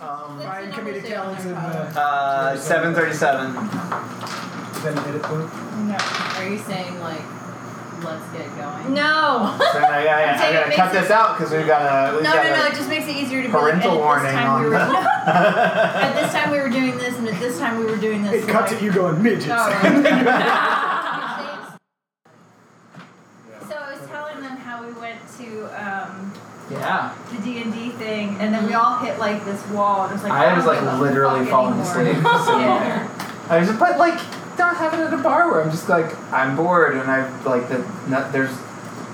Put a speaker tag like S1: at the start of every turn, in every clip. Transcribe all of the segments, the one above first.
S1: Um,
S2: What's
S1: Ryan
S2: the
S1: can be
S2: number
S1: the
S2: say on
S1: talents
S2: their
S1: in the.
S3: Uh, 737.
S4: Is that an edit point?
S2: No. Are you saying like, let's get going?
S5: No.
S3: So now, yeah, yeah,
S5: Say
S3: I
S5: it
S3: gotta
S5: makes
S3: cut this out because we've got a.
S5: No,
S3: We've
S5: no,
S3: got
S5: no!
S3: a
S5: It just makes it easier to be like,
S3: Parental
S5: "At
S3: warning
S5: this time
S3: on
S5: we were, at
S3: that.
S5: this time we were doing this, and at this time we were doing this."
S4: It cuts at you going midgets.
S5: Oh. so I was telling them how we went to um,
S3: yeah.
S5: the D and D thing, and then we all hit like this wall, and it was like
S3: I
S5: don't
S3: was like
S5: give a
S3: literally
S5: fuck
S3: falling
S5: anymore.
S3: asleep. sitting
S5: Yeah.
S3: there. I was just, but like, not having it at a bar where I'm just like, I'm bored and I've like, the, not, there's,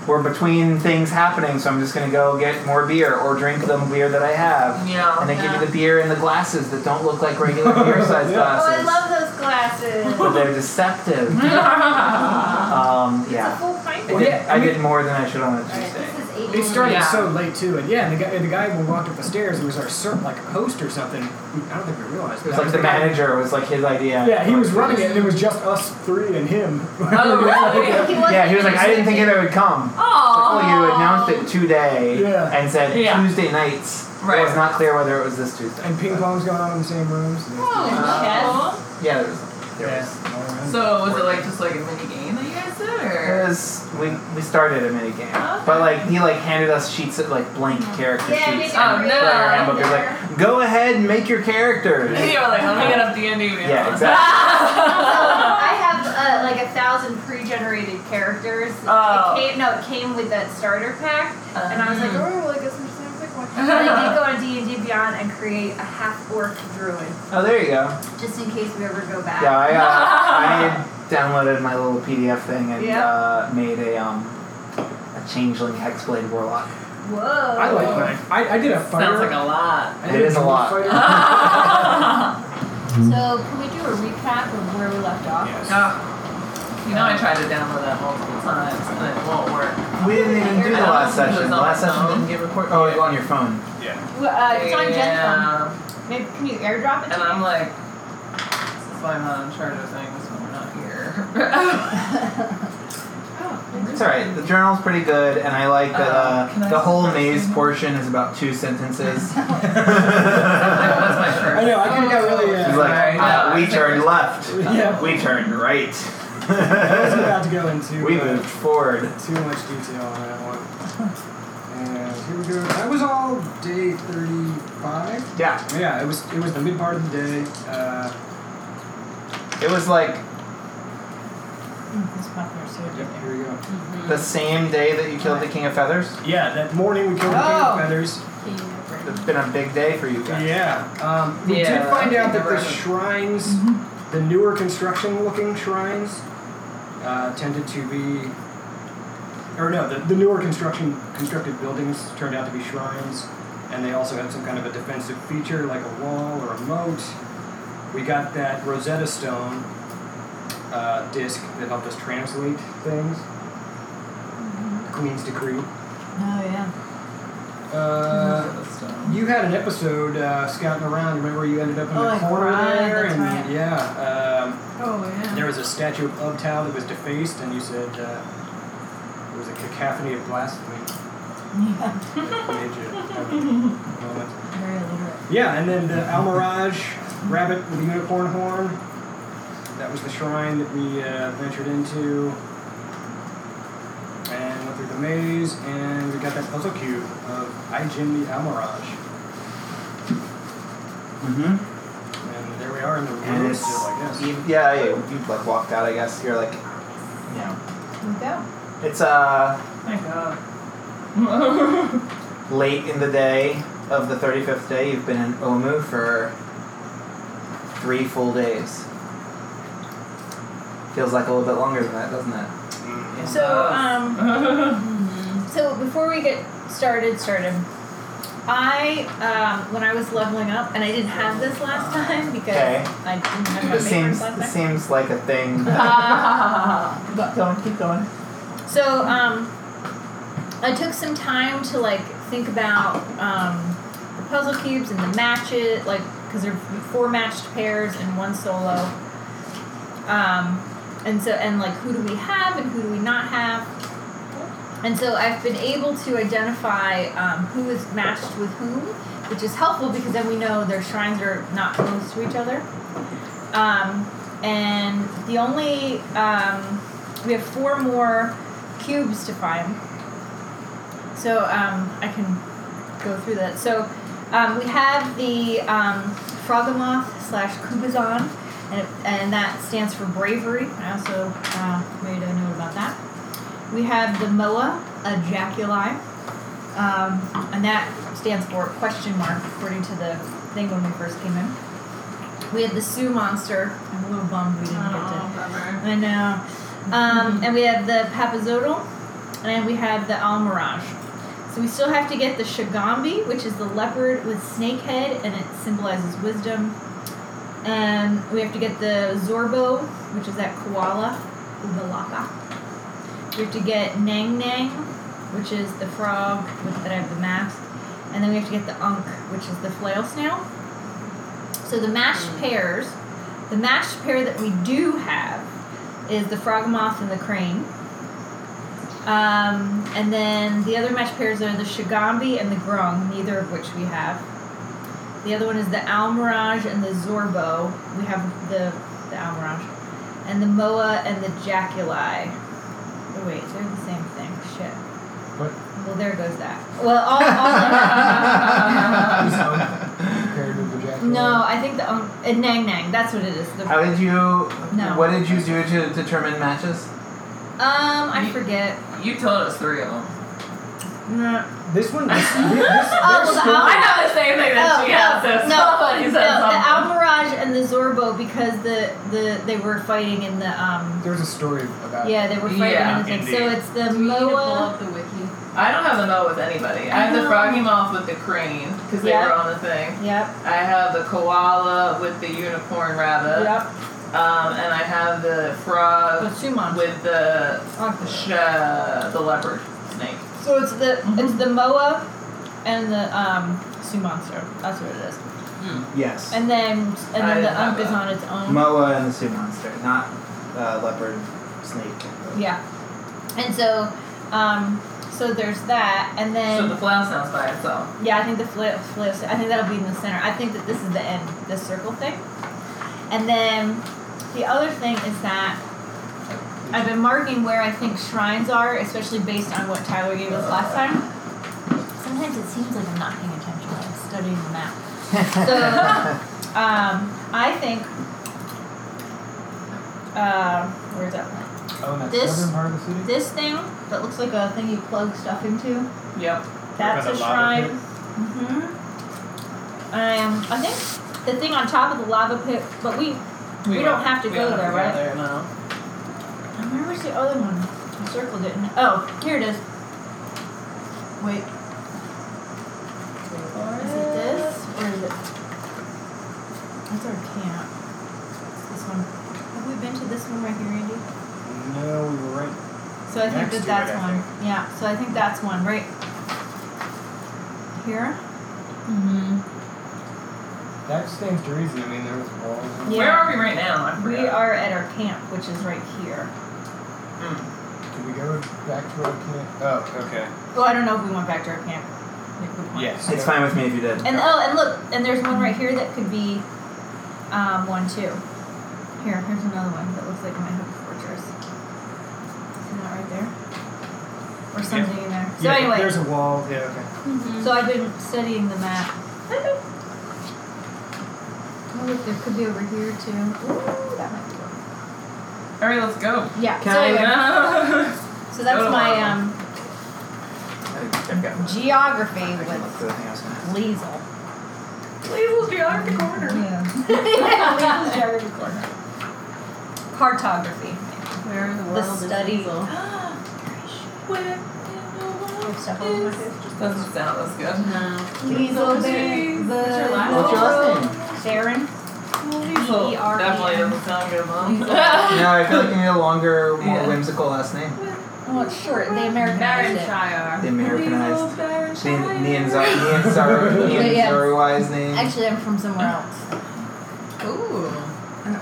S3: we're between things happening, so I'm just gonna go get more beer or drink the beer that I have.
S6: Yeah.
S3: And they give
S2: Yeah.
S3: you the beer in the glasses that don't look like regular beer sized
S4: Yeah.
S5: Oh, I
S3: glasses.
S5: love those glasses.
S3: but they're deceptive. um,
S5: It's a
S3: yeah.
S5: full pint.
S3: I
S4: Well,
S3: did,
S4: yeah,
S3: I
S4: we-
S3: did more than I should on a Tuesday.
S5: This is eight.
S4: It started
S6: Yeah.
S4: so late too, and yeah, and the guy, and the guy who walked up the stairs and was our ser- like a host or something. I don't think we realized.
S3: It was
S4: that
S3: like the
S4: guy-
S3: manager was like his idea.
S4: Yeah, he was running it, and it was just us three and him.
S6: Oh, really?
S3: Yeah, he was like, I didn't think anybody would come. Like, oh, you announced it today
S4: Yeah.
S3: and said
S6: Yeah.
S3: Tuesday nights. It was
S6: Right.
S3: not clear whether it was this Tuesday.
S4: and ping
S3: but-
S4: pong's going on in the same rooms.
S6: Oh.
S3: Yeah, there was. There was.
S4: Yeah.
S6: So was it like just like a mini game that you guys did, or?
S3: It was we, we started a mini game,
S6: Okay.
S3: but like he like handed us sheets of like blank character
S5: Yeah, maybe
S3: sheets.
S6: Oh,
S3: and
S6: no.
S3: playing around, but they're like, go ahead and make your characters.
S6: you were like, let me get up D and D.
S3: Yeah, exactly.
S5: So I have uh, like a thousand pre-generated characters.
S6: Oh. Uh-huh.
S5: It came, no, it came with that starter pack, and I was like, oh, well, I guess I'm just gonna pick one. And I did go on D and D Beyond and create a half orc druid,
S3: Oh, there you go.
S5: just in case we ever go back.
S3: Yeah, I, uh, I downloaded my little PDF thing and
S5: Yeah.
S3: uh, made a um a changeling hexblade warlock.
S5: Whoa.
S4: I like mine. I, I did a fire.
S6: Sounds like a lot.
S4: I
S3: It
S4: did
S3: is a lot.
S4: fighter.
S2: So can we do a recap of where we left off?
S4: Yes.
S6: Oh. You know I tried to download that multiple times and it won't work.
S3: We didn't even do the
S6: I don't
S3: last
S6: think it
S3: session.
S6: was
S3: The
S6: on
S3: last
S6: my
S3: session
S6: phone.
S3: didn't get recorded. Oh, it was on your phone.
S4: Yeah.
S5: Well, uh, it's on Gen
S6: yeah.
S5: Con. Maybe can you airdrop it?
S6: And
S5: to
S6: I'm
S5: me?
S6: like, this is why I'm not in charge of things when we're not here.
S3: It's alright. The journal's pretty good, and I like that
S6: Uh, can
S3: uh,
S6: I
S3: the
S6: see
S3: whole
S6: the first
S3: maze
S6: one?
S3: portion is about two sentences.
S6: That's my first.
S4: I know. I could have got really.
S3: It's
S4: Uh,
S3: like,
S6: Sorry,
S3: uh,
S6: no,
S3: we
S6: I
S3: turned
S6: think-
S3: left.
S4: yeah.
S3: We turned right.
S4: I was about to go into.
S3: we
S4: uh,
S3: moved forward.
S4: Too much detail on that one. And here we go. That was all day 35.
S3: Yeah,
S4: Yeah, it was it was the mid part of the day. Uh,
S3: it was like
S2: Mm, This popcorn so
S4: yep, here we go.
S3: the same day that you killed the king of feathers.
S4: Yeah, that morning we killed the king
S2: Oh.
S4: of feathers.
S3: It's been a big day for you guys.
S4: Yeah. Um, we
S6: Yeah,
S4: did find
S6: I
S4: out that
S6: remember
S4: the
S6: it was-
S4: shrines, the newer construction looking shrines, uh, tended to be. Or no, the, the newer construction constructed buildings turned out to be shrines, and they also had some kind of a defensive feature like a wall or a moat. We got that Rosetta Stone uh, disc that helped us translate things. Queen's Decree.
S2: Oh yeah.
S4: Uh,
S6: Mm-hmm.
S4: You had an episode uh, scouting around. Remember, you ended up in
S2: Oh,
S4: the
S2: I
S4: corner
S2: cried,
S4: there,
S2: that's
S4: and
S2: right. Uh-huh.
S4: yeah,
S6: Oh
S4: um,
S6: yeah.
S4: there was a statue of Uptown that was defaced, and you said uh, it was a cacophony of blasphemy.
S2: Yeah.
S4: that made you have a moment.
S2: Very illiterate.
S4: Yeah, and then the Almirage rabbit with the unicorn horn. That was the shrine that we uh, ventured into. And went through the maze, and we got that puzzle cube of I Jim the Almirage.
S3: Mm-hmm.
S4: And there we are in the
S3: And
S4: room
S3: it's,
S4: still, I guess.
S3: you, yeah, yeah, you like walked out. I guess you're like, you know,
S2: Here we go.
S3: it's uh
S6: Thank God.
S3: late in the day of the 35th day. You've been in Omu for three full days. Feels like a little bit longer than that, doesn't it?
S4: Mm.
S5: So, um, So before we get started, started, I um, when I was leveling up, and I didn't have this last time because
S3: Okay.
S5: I didn't have my
S3: This
S5: papers
S3: seems this
S5: last Uh,
S3: seems like a thing.
S5: time.
S3: keep going, keep going.
S5: so um, I took some time to like think about um, the puzzle cubes and the matches, like because they're four matched pairs and one solo. Um, and so and like who do we have and who do we not have? And so I've been able to identify um, who is matched with whom which is helpful because then we know their shrines are not close to each other. Um, and the only um, we have four more cubes to find, so um, I can go through that. So um, we have the um, Frogamoth slash Kubazon, and, and that stands for bravery. I also uh, made a note about that. We have the Moa Ejaculi, um, and that stands for question mark, according to the thing when we first came in. We have the Sioux Monster. I'm a little bummed we didn't get to.
S6: Oh,
S5: I know. Um, and we have the Papazodal, and we have the Almirage. So we still have to get the Shigambi, which is the leopard with snake head, and it symbolizes wisdom. And we have to get the Zorbo, which is that koala, Ubalaka. We have to get Nang Nang, which is the frog with, that I have the mask. And then we have to get the Unk, which is the flail snail. So the mashed pears, the mashed pear that we do have is the frog moth and the crane. Um, and then the other mashed pears are the shigambi and the grung, neither of which we have. The other one is the almirage and the zorbo. We have the, the almirage. And the moa and the jaculi. Oh, wait, they're the same thing. Shit.
S4: What?
S5: Well, there goes that. Well, all, all of them.
S4: Compared to the Jack
S5: No, I think the um, uh, Nang Nang. That's what it is. The, um,
S3: How did you?
S5: No.
S3: What did you do to determine matches?
S5: Um, I
S6: You-
S5: forget.
S6: You told us three of them.
S5: No.
S4: This one, this, this,
S5: Oh, well, the
S6: I
S5: Almirage.
S6: have the same thing that
S5: Oh,
S6: she
S5: no,
S6: has. so
S5: no,
S6: somebody
S5: no,
S6: said
S5: the
S6: something.
S5: Almirage and the Zorbo because the, the they were fighting in the um
S4: there's a story about
S5: yeah they were fighting
S6: Yeah,
S5: in the thing. So
S1: indeed.
S5: it's the
S2: Do we need to pull
S5: Moa.
S2: up the wiki?
S6: I don't have the mo with anybody. I have the
S5: No.
S6: froggy moth with the crane because they
S5: Yeah.
S6: were on the thing.
S5: Yep,
S6: I have the koala with the unicorn rabbit.
S5: yep.
S6: Um, and I have the frog
S5: The two monsters.
S6: uh, with the
S5: Okay.
S6: sh- uh, the leopard snake.
S5: So it's the
S6: Mhm.
S5: it's the Moa and the um Sue monster. That's what it is.
S3: Yes.
S5: And then and
S6: I
S5: then
S6: didn't
S5: the
S6: have
S5: Unk is
S6: that.
S5: on its own.
S3: Moa and the sea monster, not uh, leopard, snake. and the-
S5: Yeah. And so um so there's that and then
S6: so the flower sounds by itself.
S5: Yeah, I think the flip, flip. I think that'll be in the center. I think that this is the end, the circle thing. And then the other thing is that I've been marking where I think shrines are, especially based on what Tyler gave us last time. Sometimes it seems like I'm not paying attention. when I'm studying the map. So, um, I think. Uh, where's that one?
S4: oh, in that
S5: This-
S4: southern part of the city.
S5: This thing that looks like a thing you plug stuff into.
S6: Yep.
S5: That's
S1: By
S5: a
S1: the lava
S5: shrine.
S1: pit?
S5: Mm-hmm. Um, I think the thing on top of the lava pit, but we, We don't have to
S6: we
S5: go
S6: don't have
S5: there,
S6: to go there, no.
S5: I where was the other one? I circled it. And, oh, here it is. Wait. Is it this or is it? That's our camp. It's this one. Have we been to this one right here,
S4: No,
S5: Andy?
S4: we were right.
S5: So I think
S4: Next
S5: that
S4: to it, I
S5: that's one. Yeah. So I think that's one right here.
S6: Mm-hmm.
S4: That stands to reason. I mean, there was walls. and-
S5: Yeah.
S6: Where are we right now? I
S5: We
S6: forgot.
S5: are at our camp, which is right here.
S6: Mm.
S4: Did we go back to our camp? Oh, okay.
S5: Well, I don't know if we went back to our camp. Like, we went.
S4: Yes.
S3: It's fine with me if you did.
S5: And oh, and look, and there's one right here that could be um, one too. Here, here's another one that looks like my hook fortress. Isn't that right there? Or something in there. So
S4: yeah,
S5: anyway,
S4: there's a wall. Yeah, okay.
S5: so I've been studying the map. oh, look, there could be over here too. Ooh, that might be one.
S6: All right, let's go.
S5: Yeah.
S3: Can
S5: so
S3: I-
S5: anyway,
S6: Yeah.
S5: so that's
S6: Go to
S4: Oh.
S5: my
S6: one.
S5: um,
S3: I- I've got one.
S5: geography
S3: I can look
S5: with
S3: for the thing I was gonna ask.
S5: Liesel.
S6: Please, let's get out of the corner.
S5: Yeah. Liesel's geography corner. Cartography.
S2: Where in the world
S5: The
S2: is
S5: study.
S2: Hazel?
S6: Where Just doesn't sound as good.
S2: No.
S5: Please obey the
S2: What's your last
S3: What's your last name?
S5: Baron.
S6: Well,
S5: E-R-E-N.
S6: Definitely doesn't sound good, mom.
S3: No, I feel like you need a longer, more
S6: Yeah.
S3: whimsical last name.
S5: Well, Oh, it's short. They Americanized it.
S6: Baronshire.
S3: The Americanized, the
S4: Yeah,
S5: yeah.
S3: Nianzaruwai's name.
S5: Actually, I'm from somewhere else.
S6: Ooh.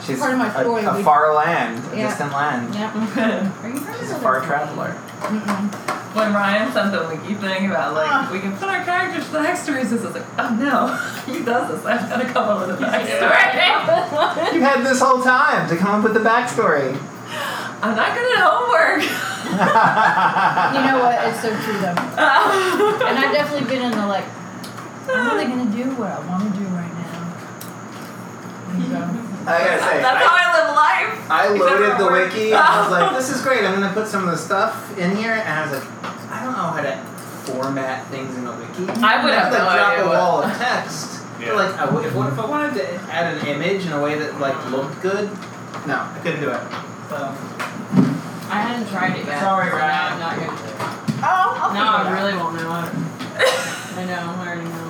S3: She's
S5: part of my
S3: a-
S5: story,
S3: a,
S5: we-
S3: far land, a
S5: Yeah.
S3: distant land.
S5: Yep.
S6: All
S5: Are you from
S3: She's a far traveler.
S5: Mm-mm.
S6: when Ryan sent the wiki thing about like
S5: Ah.
S6: we can put our characters to the backstories, this is like, oh no, he does this. I've got to come up with a backstory.
S3: You had this whole time to come up with the backstory.
S6: I'm not good at homework.
S5: You know what? It's so true though. And I've definitely been in the like, I'm really gonna do what I want to do right now. And go,
S3: I gotta say,
S6: That's
S3: I,
S6: how I live life.
S3: I loaded
S6: Except
S3: the
S6: for work.
S3: wiki and I was like, this is great. I'm gonna put some of the stuff in here, and I was like, I don't know how to format things in a wiki.
S6: I would have
S3: to
S6: no
S3: drop
S6: idea
S3: a
S6: what-
S3: wall of text.
S1: Yeah.
S3: But like, I w- if, what if I wanted to add an image in a way that like looked good? No, I couldn't do it. Um, So
S2: I hadn't tried it yet.
S3: Sorry,
S2: so
S3: Ryan.
S2: now I'm not gonna do it.
S5: Oh, I'll figure it
S2: Now I
S5: out."
S2: really won't know how to. I know, I already know.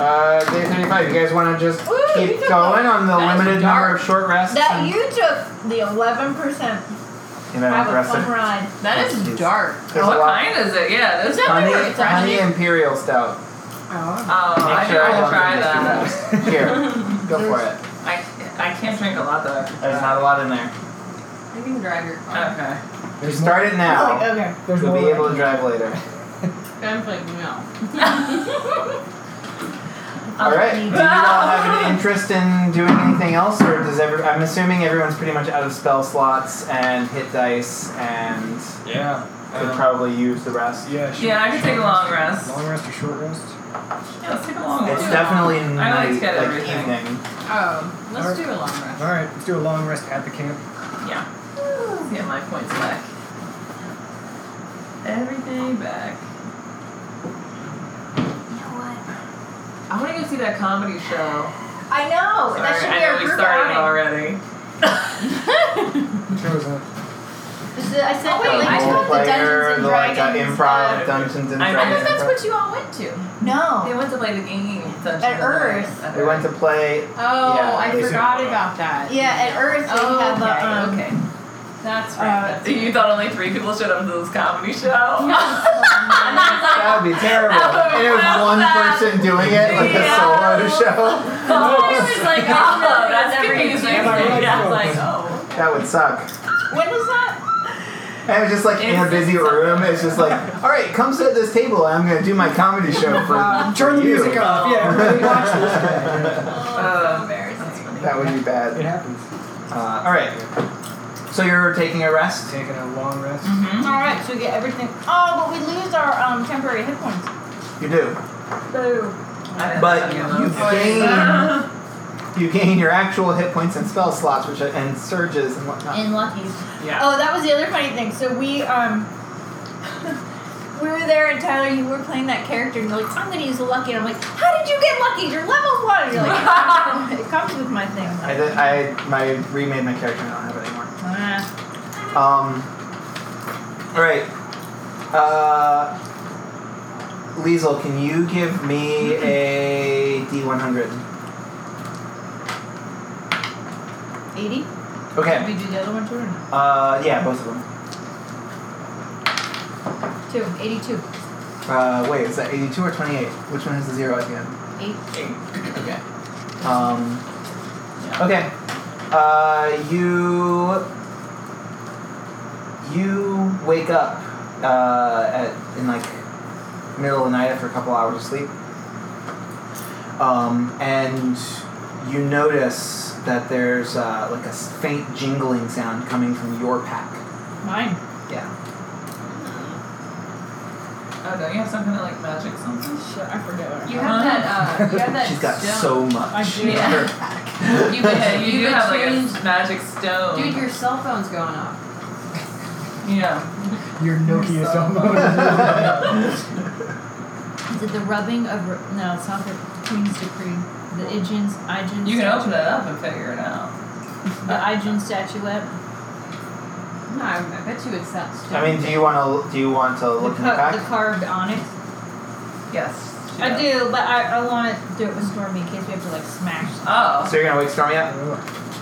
S3: Uh, day 35. You guys want to just
S5: Woo, you
S3: keep
S5: took
S3: going on the
S2: That is
S3: limited
S2: dark.
S3: number of short rests?
S5: That
S3: and-
S5: you took the 11%.
S3: You know,
S5: Have a
S3: rest
S5: fun
S3: of-
S5: ride.
S6: That
S3: Oh, geez.
S6: is dark.
S3: There's
S6: what
S3: a lot.
S6: kind is it? Yeah,
S5: Is
S6: this
S5: that
S3: Honey,
S5: It's
S3: honey
S5: actually-
S3: imperial stout.
S6: Oh,
S2: Oh.
S6: I
S3: Make sure I
S6: do
S3: love
S6: want to try
S3: you,
S6: that.
S3: Mr. Wolf. Here, go for it.
S6: I I can't drink a lot though. after
S3: There's
S6: that.
S3: not a lot in there.
S2: You can drive your car.
S6: Okay.
S3: You start
S5: I
S3: it
S5: was
S3: now.
S5: like, okay.
S4: There's
S3: You'll
S4: more
S3: be
S4: where I
S3: able to
S4: can-
S3: drive later.
S2: I'm like, no.
S3: All right. Do you all have
S6: Ah.
S3: an interest in doing anything else, or does every? I'm assuming everyone's pretty much out of spell slots and hit dice, and
S4: Yeah.
S3: could
S4: um,
S3: probably use the rest.
S4: yeah, short,
S6: Uh, Yeah, I could take a
S4: short
S6: long
S4: rest.
S6: rest.
S4: Long rest or short rest?
S6: Yeah, let's take a long
S3: It's
S6: one.
S3: definitely
S6: I
S3: night,
S6: like to
S3: like
S6: get everything.
S3: evening.
S2: Oh, let's do a long rest.
S4: All right, let's do a long rest at the camp.
S6: Yeah. Let's Get my points back. Everything back.
S5: You know what?
S6: I want to go see that comedy show.
S5: I
S2: Oh,
S5: know. that
S6: Sorry,
S5: should
S6: I
S5: be
S6: know
S5: our
S6: we
S5: group
S6: started
S5: outing.
S6: already.
S4: Which was that?
S5: This is- I said,
S2: Oh, wait,
S5: wait, I
S2: the
S5: told
S3: role
S5: the
S3: player,
S5: Dungeons and
S3: the like uh,
S5: Dragons.
S3: improv,
S5: uh,
S3: Dungeons and
S6: I
S3: Dragons.
S6: know
S2: I think that's
S3: improv.
S2: what you all went to.
S6: They
S5: no.
S6: went to play the game. Dungeons
S5: At
S6: and Dragons.
S5: Earth.
S6: At
S3: We went to play.
S2: Oh,
S3: Yeah,
S2: I
S3: they
S4: said-
S2: forgot about that.
S5: Yeah, at Earth they
S2: Oh,
S5: have
S2: the,
S5: that.
S2: um,
S6: Okay.
S2: That's right.
S5: Uh,
S2: that's
S6: So you thought only three people showed up to this comedy show?
S3: That would be terrible.
S6: That would
S3: And it was
S6: be
S3: one
S6: bad.
S3: person doing it, like
S6: Yeah.
S3: a solo show.
S2: I was like, oh,
S6: Oh, that's
S2: that's
S6: confusing.
S2: confusing.
S4: Am I right?
S6: Yeah, I was like, oh.
S3: That would suck.
S5: When was that?
S3: And it's just like in a busy room. It's just like, all right, come sit at this table. and I'm gonna do my comedy show for.
S4: Turn the
S3: you."
S4: music off. Yeah, everybody watch this guy.
S6: Uh,
S5: Oh,
S6: That's
S5: embarrassing.
S6: funny.
S3: That would be
S4: It
S3: bad.
S4: happens.
S3: Uh, all right. So you're taking a rest.
S4: Taking a long rest.
S6: Mhm.
S5: All right, so we get everything. Oh, but we lose our um, temporary hit points.
S3: You do,
S5: Boo.
S6: I didn't
S3: but
S6: think of
S3: you
S6: those.
S3: gain
S6: Uh,
S3: you gain your actual hit points and spell slots, which are, and surges and whatnot.
S5: In luckies.
S6: Yeah.
S5: Oh, that was the other funny thing. So we um we were there and Tyler, you were playing that character and you're like, I'm gonna use a lucky and I'm like, How did you get lucky? You're level one and you're like, it comes with my thing. I'm
S3: I
S5: like,
S3: did, I my remade my character. and I don't have it anymore.
S5: ah.
S3: Um. All right. Uh, Liesel, can you give me a D100?
S5: 80?
S3: Okay.
S5: Did we do the other one too or no?
S3: Uh, yeah, both of them.
S5: Two. 82.
S3: Uh, wait, is that 82 or 28? Which one has the zero at the end?
S5: Eight.
S3: Okay. Um, okay. Uh, you you wake up uh, at in like middle of the night after a couple hours of sleep, um, and you notice that there's uh, like a s- faint jingling sound coming from your pack.
S5: Mine.
S3: Yeah.
S6: Oh, don't you have something that like magic something?
S5: Shit, I forget what I
S2: You
S5: have.
S2: have that, uh, you have that
S3: She's got
S2: stone.
S3: so
S5: I
S3: much
S5: do.
S3: in
S6: Yeah.
S3: her pack.
S2: You
S6: Yeah,
S2: could,
S6: you,
S2: you
S6: do
S2: could
S6: have
S2: change.
S6: like a magic stone.
S2: Dude, your cell phone's going off.
S6: yeah.
S4: Your Nokia cell
S5: Is it the rubbing of. r no, it's not the Queen's Decree. The Ijin's. Ijin's
S6: You can open it up and figure it out.
S5: The Ijin statuette.
S2: No, I, I bet you it's that stone.
S3: I mean, do you want to do you want to
S5: The,
S3: look in the
S5: ca- the
S3: pack?
S5: carved onyx.
S6: Yes. she
S5: I
S6: does.
S5: do, but I, I want to do it with Stormy in case we have to like smash.
S6: Oh.
S3: So you're gonna wake Stormy up?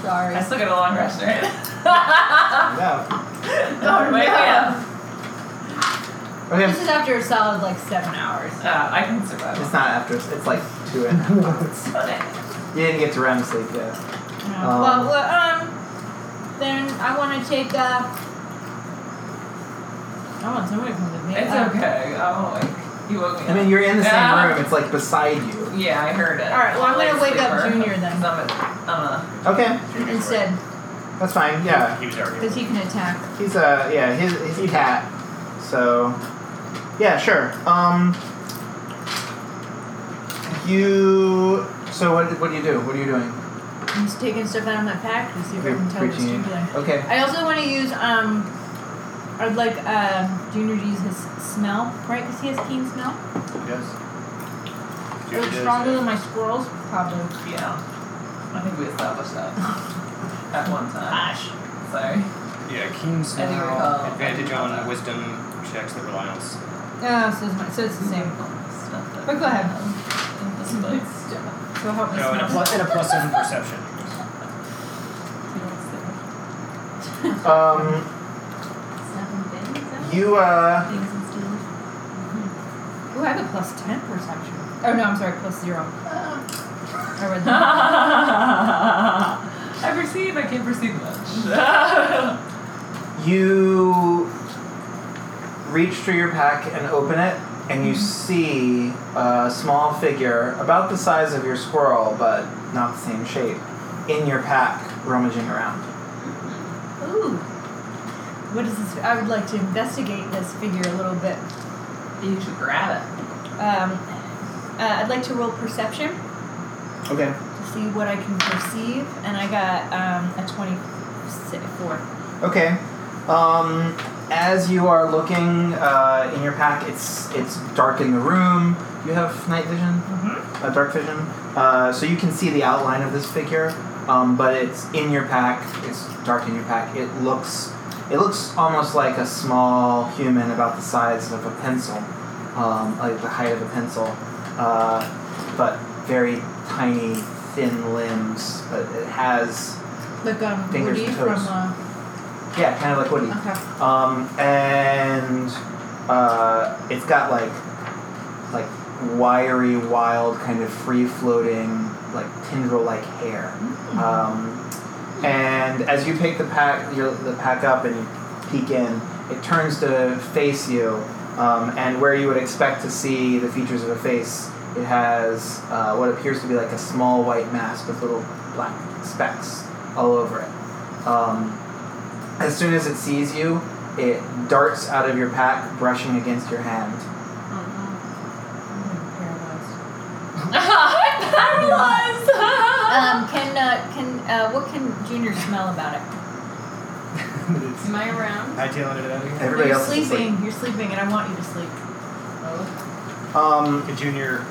S5: Sorry.
S6: I still got a long rest, right?
S2: Oh,
S3: Yeah.
S6: Don't wake me up.
S3: Okay.
S5: This is after a solid like seven hours.
S6: Uh, I can survive.
S3: It's not after. It's like two and a half hours. You didn't get to REM sleep yet. Um,
S5: well, well, um, then I want to take. Uh, I want somebody to come with me. me.
S6: It's
S5: up.
S6: okay. I won't wake you. Woke me
S3: I mean, you're in the same
S6: Yeah.
S3: room. It's like beside you.
S6: up. Yeah, I heard it.
S5: All right, well, I'm gonna wake up Junior then.
S6: Cause I'm a, I'm
S3: Okay,
S5: Instead,
S3: that's fine. Yeah,
S1: He was already.
S5: because he can attack.
S3: he's a yeah. His he's a cat. So yeah, sure. Um, you. So what? What do you do? What are you doing?
S5: I'm just taking stuff out of my pack to see if I
S3: You're
S5: can tell what's
S3: reaching in.
S5: stupid.
S3: Okay.
S5: I also want to use um, I'd like uh, Junior to use his smell, right? Because he has keen smell.
S1: Yes.
S5: It looks stronger than my squirrels, probably.
S6: a yeah. I think we established that at one time.
S5: Gosh.
S6: Sorry.
S4: Yeah, keen
S6: recall.
S4: smell, advantage on uh, wisdom checks that rely on. s-
S5: Oh, so it's, my, so it's the same.
S6: Stuff that
S5: But go ahead.
S6: in this book.
S5: So help me
S4: No, and a
S5: smell.
S4: plus and a plus seven perception.
S3: Um, you uh.
S5: Mm-hmm. Ooh, I have a plus ten perception. Oh no, I'm sorry, plus zero. I read that.
S6: I perceive. I can't perceive much.
S3: You reach through your pack and open it, and you see a small figure about the size of your squirrel, but not the same shape, in your pack rummaging around.
S5: Ooh. What is this? I would like to investigate this figure a little bit.
S6: you should grab it.
S5: Um, uh, I'd like to roll perception
S3: Okay.
S5: to see what I can perceive, and I got um, a twenty-four.
S3: Okay. Um, as you are looking uh, in your pack, it's it's dark in the room. You have night vision.
S6: Mm-hmm.
S3: a dark vision, uh, so you can see the outline of this figure, um, but it's in your pack. It's dark in your pack. It looks, it looks almost like a small human, about the size of a pencil, um, like the height of a pencil, uh, but very tiny, thin limbs. But it has,
S5: Like um,
S3: Fingers
S5: Woody
S3: and
S5: from
S3: toes.
S5: uh,
S3: yeah, kind of like Woody.
S5: okay.
S3: Um, and uh, it's got like like wiry, wild, kind of free floating, like tendril like hair. Um, and as you pick the pack, your, the pack up and you peek in, it turns to face you. Um, and where you would expect to see the features of a face, it has uh, what appears to be like a small white mask with little black specks all over it. Um, as soon as it sees you, it darts out of your pack, brushing against your hand.
S5: I'm paralyzed.
S6: I
S5: Um, can uh, can uh, what can Junior smell about it?
S4: it's
S2: Am I around?
S4: hightailing it out of here.
S3: Everybody
S5: You're
S3: else is
S5: sleeping. You're sleeping, and I want you to sleep.
S3: asleep. Um,
S4: Could Junior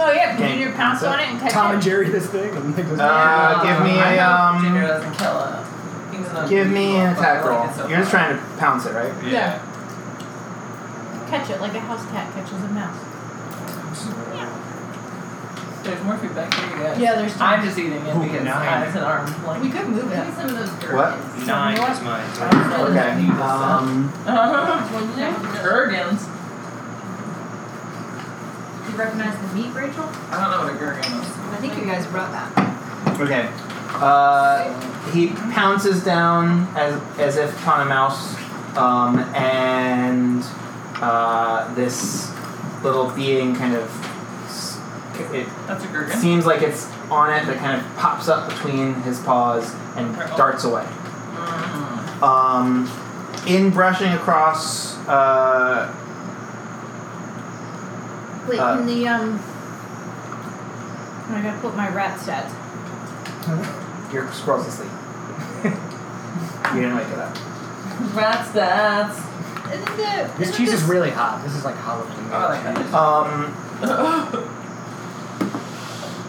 S5: Oh yeah,
S3: Okay.
S5: Junior pounce on it and catch
S4: Tom
S5: it.
S4: and Jerry this thing? And make this
S3: Uh, give me
S6: I
S3: a,
S6: hope
S3: um,
S6: Junior doesn't kill a. he's an
S3: give me an
S6: unbelievable
S3: attack
S6: fucker,
S3: roll.
S6: like, it's so
S3: You're just
S6: fun.
S3: trying to pounce it, right?
S5: Yeah. Catch it like a house cat catches a mouse.
S6: There's more food back here, you guys.
S5: Yeah, there's.
S6: I'm just eating it
S4: Ooh,
S6: because
S4: nine.
S6: I- it's an arm. Like,
S5: we could move
S2: Give me
S5: it.
S2: some of those gherkins.
S3: What?
S4: Nine
S5: What?
S4: is mine. so-
S3: Okay.
S6: You just
S3: Um,
S6: said.
S2: Well, you know,
S6: Gherkins.
S5: You recognize the meat, Rachel?
S6: I don't know what a gherkin is.
S5: I think you guys brought that.
S3: okay. Uh, he pounces down as, as if upon a mouse, um, and uh, this little being kind of s- it
S6: That's a gherkin.
S3: seems like it's on it, but kind of pops up between his paws and darts away.
S6: Mm.
S3: Um, in brushing across, uh,
S5: Wait,
S3: Uh,
S5: in the um. I gotta put my rat stats.
S3: your squirrel's asleep. you didn't wake it up.
S6: Rats, that's.
S5: Isn't the
S4: This
S5: isn't
S4: cheese is
S5: this-
S4: really hot. This is like Halloween.
S6: Oh, I like
S3: Um,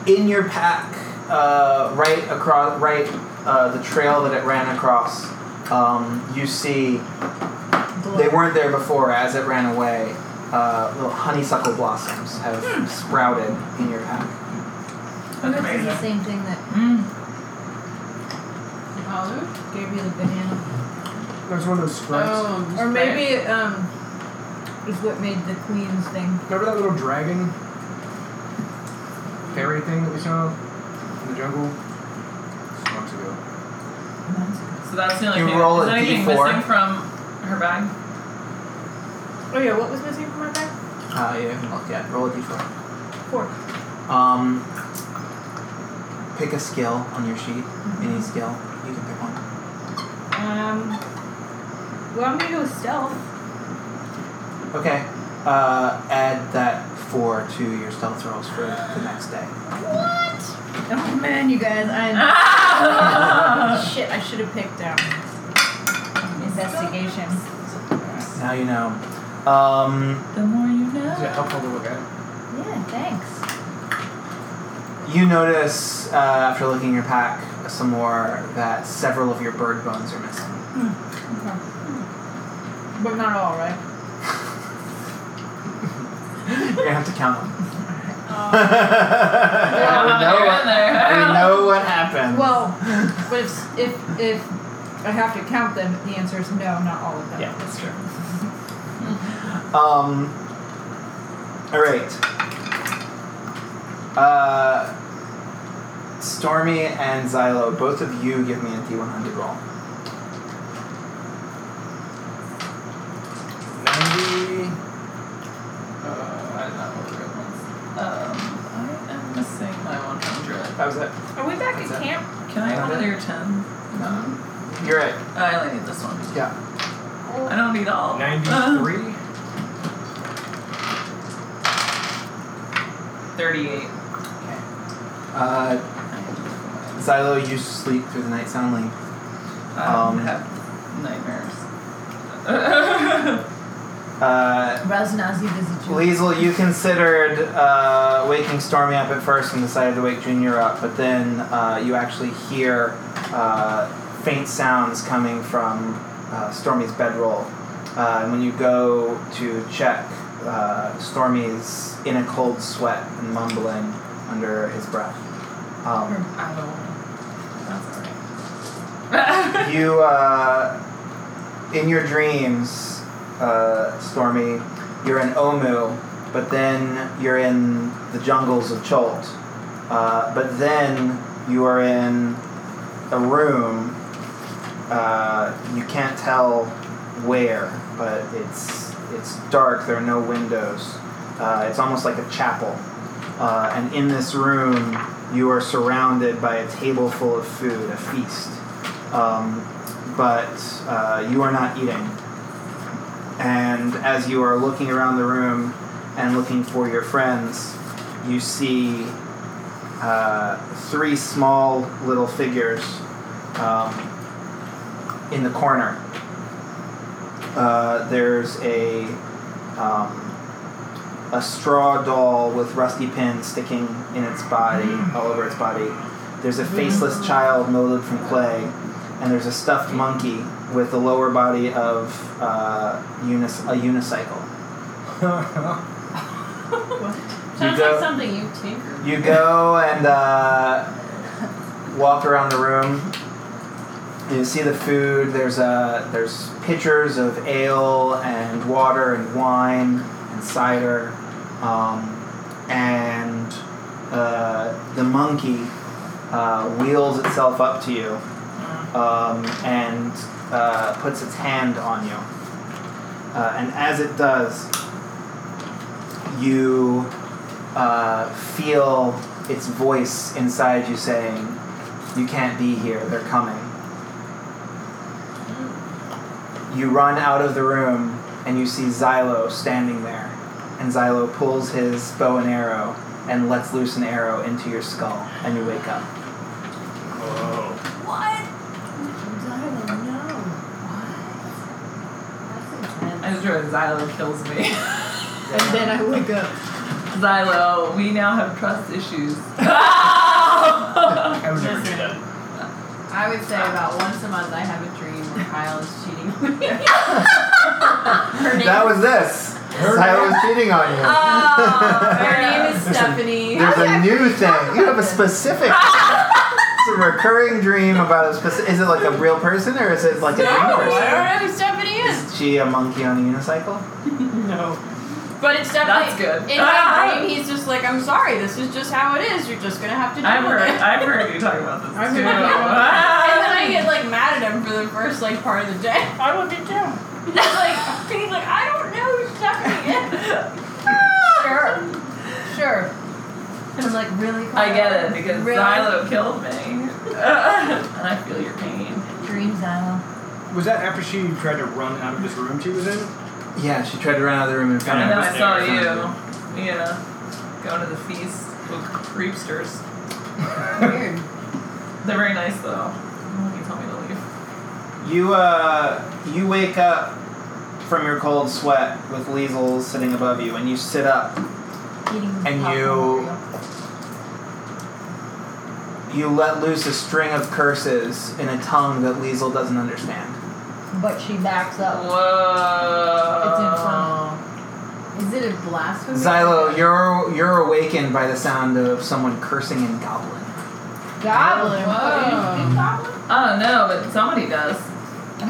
S6: that.
S3: in your pack, uh, right across, right uh, the trail that it ran across, um, you see they weren't there before. As it ran away, uh, little honeysuckle blossoms have sprouted in your pack.
S5: This is the same thing that
S6: Mm.
S2: Olive?
S5: gave you the banana,
S4: There's one of those sprites.
S2: Oh, just
S5: or
S2: right.
S5: maybe it, um, is what made the queen's thing.
S4: Remember that little dragon fairy thing that we saw in the jungle? Months ago.
S6: So that's the only
S3: You
S6: thing.
S3: roll
S6: is
S3: a
S6: anything
S3: D4.
S6: missing from her bag?
S5: Oh yeah, what was missing from my bag?
S3: Uh, you haven't looked yet. Roll a d4.
S5: Four.
S3: Um, pick a skill on your sheet. Any skill. You can pick one.
S5: Um. Well, I'm gonna go with stealth.
S3: Okay. Uh, add that 4 to your stealth rolls for the next day.
S5: Oh man, you guys, I
S6: Ah!
S5: shit. I should have picked um, investigation.
S3: Now you know. Um,
S6: the more you
S4: Is it
S6: know.
S4: helpful to look at?
S5: Yeah, thanks.
S3: you notice, uh, after looking your pack some more, that several of your bird bones are missing.
S5: But not all, right?
S3: You're gonna have to count them.
S6: Oh.
S3: I would know
S6: They're in
S3: what,
S6: there.
S3: I would know what happened.
S5: Well, but if if if I have to count them, the answer is no, not all of them.
S3: Yeah, that's true. um, all right. Uh, Stormy and Xylo, both of you give me a D100 roll.
S4: 90.
S6: Oh, I did not roll the real ones. Um, I am missing my 100.
S3: That was it.
S5: Are we back at camp?
S6: Can I have
S3: Okay.
S6: another 10? No.
S3: You're it.
S6: I only need this one.
S3: Yeah.
S6: I don't need all.
S4: 93.
S6: 38.
S3: Uh, Xylo, you sleep through the night soundly.
S6: I
S3: Um,
S6: have nightmares.
S3: Uh,
S5: Rasnazi visits you.
S3: Liesl, you considered uh, waking Stormy up at first and decided to wake Junior up, but then uh, you actually hear uh, faint sounds coming from uh, Stormy's bedroll. Uh, and when you go to check, uh, Stormy's in a cold sweat and mumbling under his breath. Um,
S6: Ow. That's alright.
S3: you uh, in your dreams uh, stormy you're in omu but then you're in the jungles of cholt uh, but then you are in a room uh, you can't tell where but it's it's dark there are no windows uh, it's almost like a chapel uh, and in this room you are surrounded by a table full of food a feast um, but uh, you are not eating. And as you are looking around the room and looking for your friends, you see uh, three small little figures um, in the corner. Uh, there's a um, a straw doll with rusty pins sticking in its body, all over its body. There's a faceless child molded from clay, and there's a stuffed monkey with the lower body of uh, unis- a unicycle.
S2: Sounds
S3: go-
S2: like something you tinkered.
S3: You go and uh, walk around the room. You see the food. There's uh, there's pitchers of ale and water and wine and cider, um, and uh, the monkey uh, wheels itself up to you um, and uh, puts its hand on you. Uh, and as it does, you uh, feel its voice inside you saying, You can't be here, they're coming. You run out of the room and you see Xylo standing there. And Xylo pulls his bow and arrow and lets loose an arrow into your skull, and you wake up.
S4: Whoa.
S5: What? Xylo, no. What?
S2: That's
S6: I
S2: intense.
S6: just wrote Xylo kills me.
S5: And then I wake up.
S6: Xylo, we now have trust issues. Ow!
S4: I would never do that.
S2: I would say about once a month I have a dream where Kyle is cheating on me. her name,
S3: That was this!
S4: Her
S3: Xylo
S4: name-
S3: was cheating on you.
S5: Oh,
S2: her name is Stephanie.
S3: There's a new thing. You have a specific. it's a recurring dream about a specific. Is it like a real person or is it like a dream
S2: I
S3: person?
S2: don't know who Stephanie is,
S3: Is she a monkey on a unicycle?
S6: no.
S2: but it's
S6: That's
S2: definitely
S6: good.
S2: in my dream. He's just like, I'm sorry, this is just how it is. You're just gonna have to deal
S6: I've heard,
S2: with it.
S6: I've heard you talk about this
S5: I've
S6: too.
S5: heard you talk
S2: And then
S6: Ah!
S2: I get like mad at him for the first like part of the day.
S5: I would be too.
S2: He's like, he's like, I don't know Sure. Sure. I'm like really.
S6: I get it because
S2: really?
S6: Xylo killed me, and I feel your pain.
S5: Dream Xylo.
S4: Was that after she tried to run out of this room she was in?
S3: Yeah, she tried to run out of the room and found
S6: and
S3: out.
S6: then
S3: it
S6: I
S3: was
S6: saw
S3: there.
S6: you, you know, going to the feast with creepsters.
S2: Weird.
S6: They're very nice though. He told me to leave.
S3: You uh, you wake up from your cold sweat with Liesel sitting above you, and you sit up.
S5: Eating
S3: And
S5: popcorn
S3: you-
S5: Oreo.
S3: You let loose a string of curses in a tongue that Liesel doesn't understand.
S5: But she backs up.
S6: Whoa.
S2: It's infernal. Is it a blasphemy?
S3: Xylo, Oh. you're you're awakened by the sound of someone cursing in Goblin.
S2: goblin.
S6: Whoa.
S2: Did you do goblin?
S6: I don't know, but somebody does. I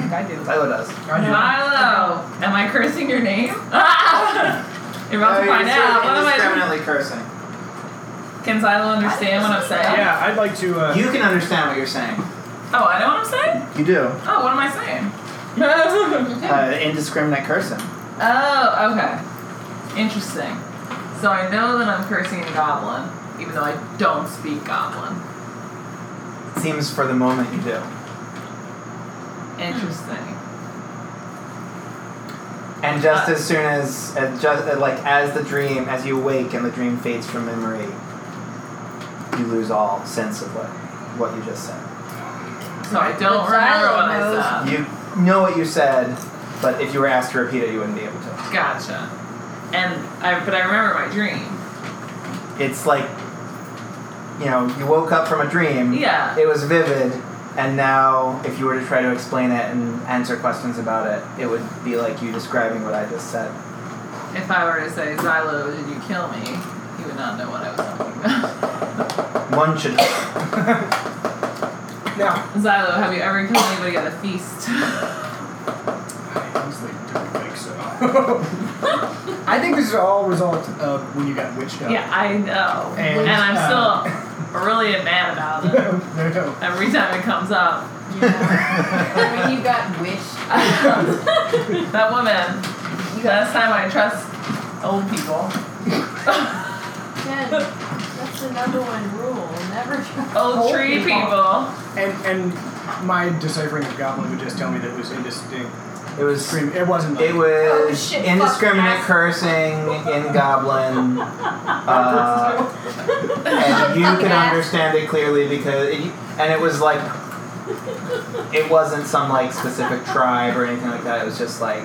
S6: think I do.
S3: Xylo does.
S6: Milo, am I cursing your name? Ah! You're about to find out. What am I doing?
S3: cursing.
S6: Can Xylo understand what I'm saying?
S4: Yeah, I'd like to. Uh,
S3: You can understand what you're saying.
S6: Oh, I know what I'm saying?
S3: You do.
S6: Oh, what am I saying?
S3: Uh, indiscriminate cursing.
S6: oh, okay. Interesting. So I know that I'm cursing a goblin, even though I don't speak goblin.
S3: Seems for the moment you do.
S6: Interesting.
S3: And just
S6: Uh,
S3: as soon as, as just uh, like as the dream, as you wake and the dream fades from memory, you lose all sense of what what you just said.
S6: So I don't
S5: But
S6: remember
S5: Xylo
S6: what I
S5: knows.
S6: said.
S3: You know what you said, but if you were asked to repeat it, you wouldn't be able to.
S6: Gotcha. And I, but I remember my dream.
S3: It's like, you know, you woke up from a dream.
S6: Yeah.
S3: It was vivid, and now if you were to try to explain it and answer questions about it, it would be like you describing what I just said.
S6: If I were to say, Xylo, did you kill me? He would not know what I was talking about.
S3: One should.
S4: now,
S6: Xylo, have you ever killed anybody at a feast?
S4: I honestly don't think so. I think this is all a result of when you got witched up.
S6: yeah, I know.
S4: And,
S6: I'm
S4: uh,
S6: still really mad about it.
S4: there you go.
S6: Every time it comes up.
S2: Yeah. when you got wished.
S6: that woman, last time I trust old people.
S2: Again, that's another one rule. Never try.
S6: Old,
S4: Old
S6: tree
S4: people.
S6: people.
S4: And and my deciphering of goblin would just tell me that it was indistinct.
S3: It was.
S4: Scream. It wasn't. Like,
S3: It was
S2: Oh, shit, fuck,
S3: indiscriminate
S2: ass.
S3: cursing in Goblin. Uh, and you
S5: Fucking
S3: can
S5: ass.
S3: understand it clearly because, it, and it was like, it wasn't some like specific tribe or anything like that. It was just like,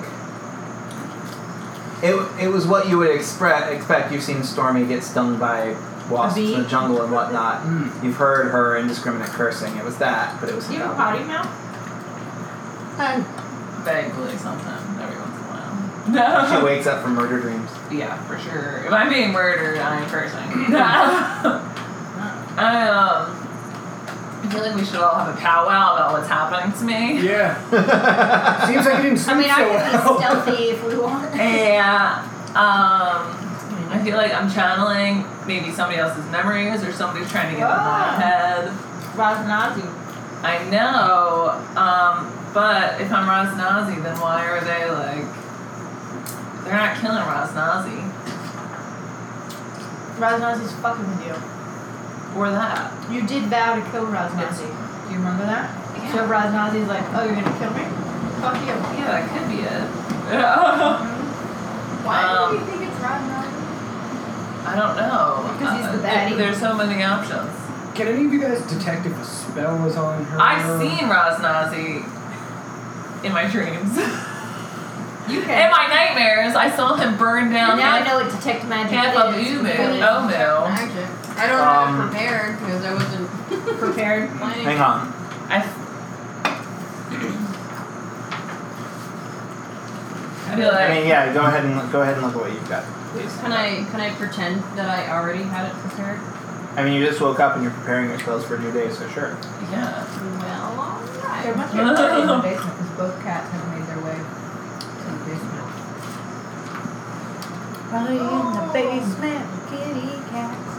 S3: it, it was what you would expre- expect. You've seen Stormy get stung by wasps in the
S5: bee?
S3: jungle and whatnot.
S4: Mm.
S3: You've heard her indiscriminate cursing. It was that, but it was in
S2: You have a
S3: Goblin.
S2: potty mouth?
S6: Vaguely sometimes, every once in a while. No.
S3: She wakes up from murder dreams.
S6: Yeah, for sure. If I'm being murdered, I'm cursing. I um, I feel like we should all have a powwow about what's happening to me.
S4: Yeah. Seems like you didn't sleep
S5: I mean,
S4: so
S5: I can
S4: well.
S5: be stealthy if we want.
S6: Yeah. Um, I feel like I'm channeling maybe somebody else's memories or somebody's trying to get in my
S2: Ah.
S6: head.
S2: Rosnazu.
S6: I know, um, but if I'm Rosnazi, then why are they like? They're not killing Rosnazi
S2: Rosnazu's fucking with you.
S6: or that.
S2: You did vow to kill Rosnazi. Do you remember that? So Rosnazi's like, oh, you're gonna kill me? Fuck you.
S6: Yeah, that could be it.
S2: Why do
S6: Um,
S2: you think it's Rosnazi?
S6: I don't know.
S2: Because he's the
S6: Uh,
S2: baddie.
S6: there- There's so many options.
S4: Can any of you guys detect if a spell was on her?
S6: I've seen Rosnazi in my dreams.
S2: You
S6: in my nightmares, I saw him burn down.
S5: now I
S6: half-
S5: know what detect magic
S6: half of
S5: is.
S6: Umu. Oh,
S5: It is.
S6: Omu.
S2: Magic. I don't have
S3: Um,
S2: it prepared because I wasn't Oh, prepared planning.
S3: Hang on.
S6: I. f- I feel like
S3: I mean, yeah. Go ahead and go ahead and look at what you've got, please.
S2: Can I can I pretend that I already had it prepared?
S3: I mean, you just woke up and you're preparing yourselves for a new day, so sure.
S6: Yeah.
S2: Well, alright.
S5: There must be a party in the basement because both cats have made their way to the basement. Party in the basement, kitty cats.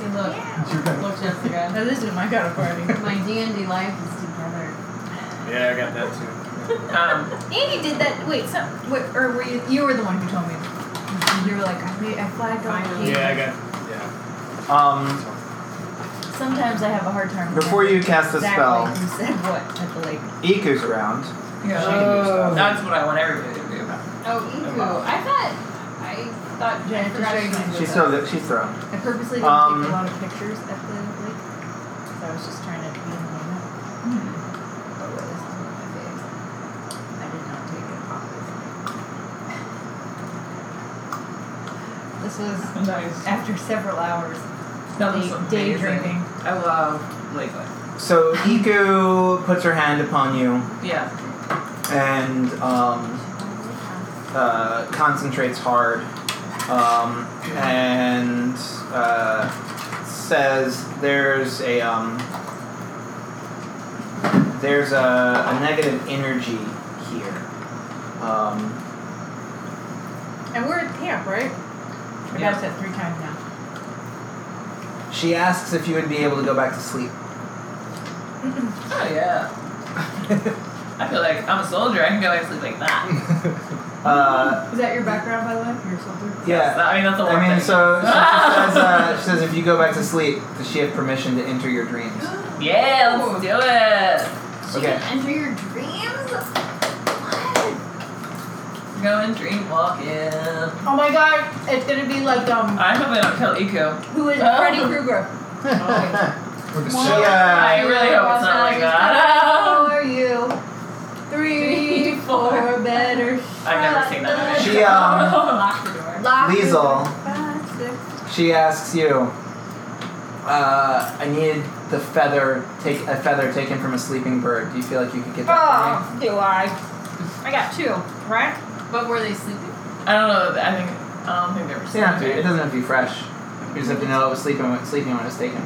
S2: See, look, look, Jessica.
S5: No, this is my kind of party.
S2: My D and D life is together.
S4: Yeah, I got that too.
S6: Um,
S5: Andy did that. Wait, so, wait, or were you? You were the one who told me. And you were like, I, made- I flagged all the
S2: Finally.
S5: pages.
S4: Yeah, I got. Yeah.
S3: Um,
S5: Sometimes I have a hard time.
S3: Before you cast the
S5: exactly
S3: spell,
S5: Who said what at the lake?
S3: Iku's around.
S6: Yeah.
S3: She can do stuff.
S6: That's what I want everybody to do.
S5: Oh, Iku. I thought. I thought
S2: Yeah, I
S5: Jennifer
S2: forgot
S5: Shea
S2: you could do
S3: She's
S2: that.
S3: thrown. She's thrown.
S5: I purposely didn't
S3: Um,
S5: take a lot of pictures at the lake. So I was just trying to be in the moment. But what is on my face? I did not take a copy. This was
S6: Nice.
S5: after several hours of
S6: That was amazing.
S5: day- daydreaming.
S6: I love lake life.
S3: So Iku puts her hand upon you
S6: Yeah.
S3: and um, uh, concentrates hard um, and uh, says there's a um, there's a, a negative energy here. Um,
S5: And we're at camp, right? I
S6: Yeah.
S5: got that three times now.
S3: she asks if you would be able to go back to sleep.
S6: Oh yeah. I feel like I'm a soldier. I can go back to sleep like that.
S3: uh,
S5: Is that your background, by the way? You're a soldier?
S3: yeah.
S6: That's- I mean that's the one
S3: I mean,
S6: thing.
S3: so she says, uh, she says if you go back to sleep, does she have permission to enter your dreams?
S6: yeah, let's do it.
S2: She
S3: Okay.
S2: can enter your dreams?
S6: Going dream walking.
S5: Oh my god, it's gonna be like, um,
S6: I hope I don't kill Iku.
S5: who is
S6: Oh.
S5: Freddy Krueger?
S3: she,
S5: Well,
S3: uh,
S6: I really hope it's not like
S5: How
S6: that.
S5: are you? Three, four, better.
S6: I've never
S5: shut
S6: seen that
S5: the
S6: movie.
S3: She, um,
S5: Lock the door. Lock the door.
S3: Liesel.
S5: Five, six.
S3: she asks you, uh, I needed the feather, take a feather taken from a sleeping bird. Do you feel like you could get that
S5: Oh, do I? I got two, right? But were they sleeping?
S6: I don't know. I think I don't think they were
S3: for me? You don't have to. It doesn't have to be fresh. You just have to know it was sleeping when, sleeping when it was taken.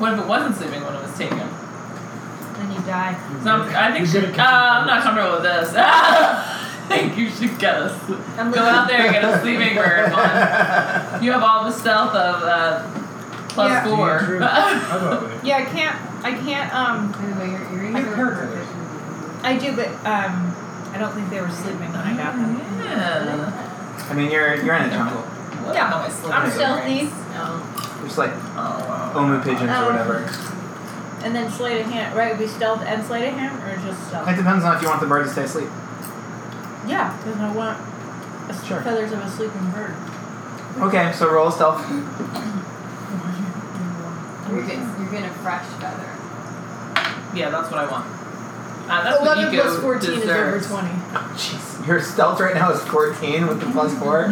S6: What if it wasn't sleeping when it was taken?
S5: Then you die.
S6: So I'm, I think
S4: You're
S6: she,
S4: gonna catch
S6: uh, I'm not
S4: it.
S6: comfortable with this. I think you should get us.
S5: I'm
S6: Go
S5: leaving.
S6: out there and get a sleeping bird one. You have all the stealth of uh, plus
S5: Yeah.
S6: four.
S4: Yeah, true. I'll go with it.
S5: Yeah, I can't. I can't. Um,
S2: By the way, your earrings
S4: I
S2: are
S4: heard
S2: perfect.
S5: I do, but um, I don't think they were sleeping when I got them.
S6: yeah.
S3: I mean, you're you're in a jungle.
S6: What?
S5: Yeah.
S6: How am I sleeping?
S5: I'm
S3: Okay.
S5: stealthy,
S6: Oh.
S3: You're just like
S6: Oh, wow.
S3: omu pigeons or whatever.
S5: and then sleight of hand. Right? Would be stealth and sleight of hand, or just stealth?
S3: It depends on if you want the bird to stay asleep.
S5: yeah, because I want a s-
S3: Sure.
S5: feathers of a sleeping bird.
S3: Okay, so roll stealth.
S2: You're getting, you're getting a fresh feather.
S6: Yeah, that's what I want. Uh, that's what
S5: 11
S6: ego
S5: plus 14
S6: deserves.
S5: is over 20.
S3: Jeez, your stealth right now is 14 with the plus four. Your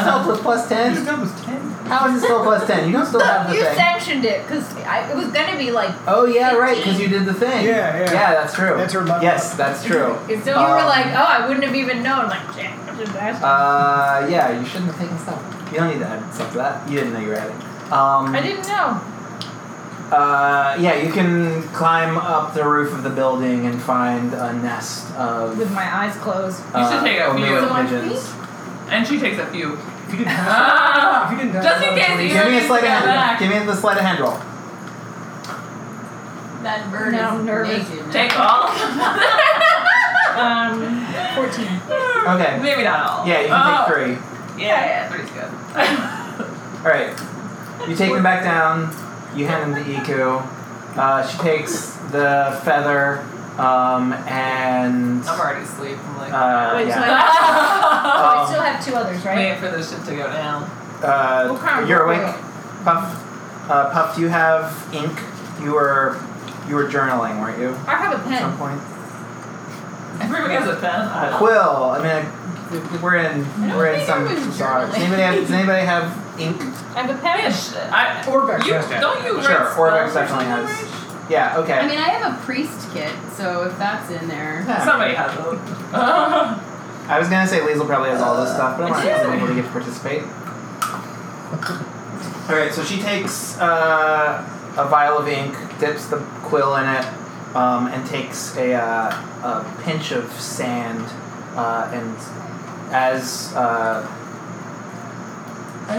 S3: stealth was plus 10.
S4: was ten.
S3: How is it still plus 10? You don't still have the
S5: you
S3: thing.
S5: sanctioned it because it was gonna be like
S3: Oh yeah, right, because you did the thing.
S4: Yeah, yeah.
S3: Yeah, that's true.
S4: That's her level.
S3: Yes, that's true.
S5: so you were
S3: Um,
S5: like oh I wouldn't have even known like shit I should've asked.
S3: Uh, yeah, you shouldn't have taken stuff. You don't need to add stuff to that. You didn't know you were adding. Um,
S5: I didn't know
S3: Uh, yeah, you can climb up the roof of the building and find a nest of.
S5: with my eyes closed
S6: You should
S3: uh,
S6: take a
S3: Omu
S6: few.
S5: So I
S3: pigeons.
S6: And she takes a few.
S4: If you didn't have, if
S6: Ah!
S4: you didn't have
S6: Just in
S4: that,
S6: case
S4: please-
S6: you-
S3: Give me a
S6: Yeah,
S3: sleight of hand.
S6: back.
S3: Give me the sleight of hand roll.
S2: That bird
S5: Now I'm
S2: is
S5: nervous.
S2: naked.
S6: Take all of them.
S5: um 14
S3: Okay.
S6: Maybe not all.
S3: Yeah, you
S6: oh.
S3: can take three.
S6: Yeah, yeah, three's good.
S3: All right. You take them back down. You hand them to Iku. Uh, she takes the feather um, and
S6: I'm already asleep. I'm like,
S3: uh,
S5: Wait,
S3: yeah.
S5: so oh,
S6: ah.
S5: I
S3: Um,
S5: still have two others right
S6: waiting for this shit to go down.
S3: Uh,
S5: What kind of
S3: you're
S5: work
S3: awake, Puff. Uh, Puff, do you have ink? You were you were journaling, weren't you?
S5: I have a
S3: At some
S5: pen
S3: point.
S6: Everybody has a pen. I
S3: A
S6: don't-
S3: quill. I mean, I- we're in we're in
S2: think
S3: some
S2: I was
S3: bizarre. Does
S2: journaling.
S3: anybody have, does anybody have ink?
S5: I have a
S6: I mean,
S5: pen
S6: it's- I,
S4: Orbex
S6: you,
S4: has to have
S6: don't you
S3: Sure,
S6: write spells
S3: Orbex
S6: or
S3: definitely
S6: something,
S3: has.
S6: Rach?
S3: Yeah. Okay.
S2: I mean, I have a priest kit, so if that's in there.
S3: Yeah.
S6: Somebody has them.
S3: I was gonna say Liesl probably has all this stuff, but I'm not
S6: Yeah.
S3: gonna able to get to participate. all right, so she takes uh, a vial of ink, dips the quill in it, um, and takes a, uh, a pinch of sand, uh, and as uh,
S6: I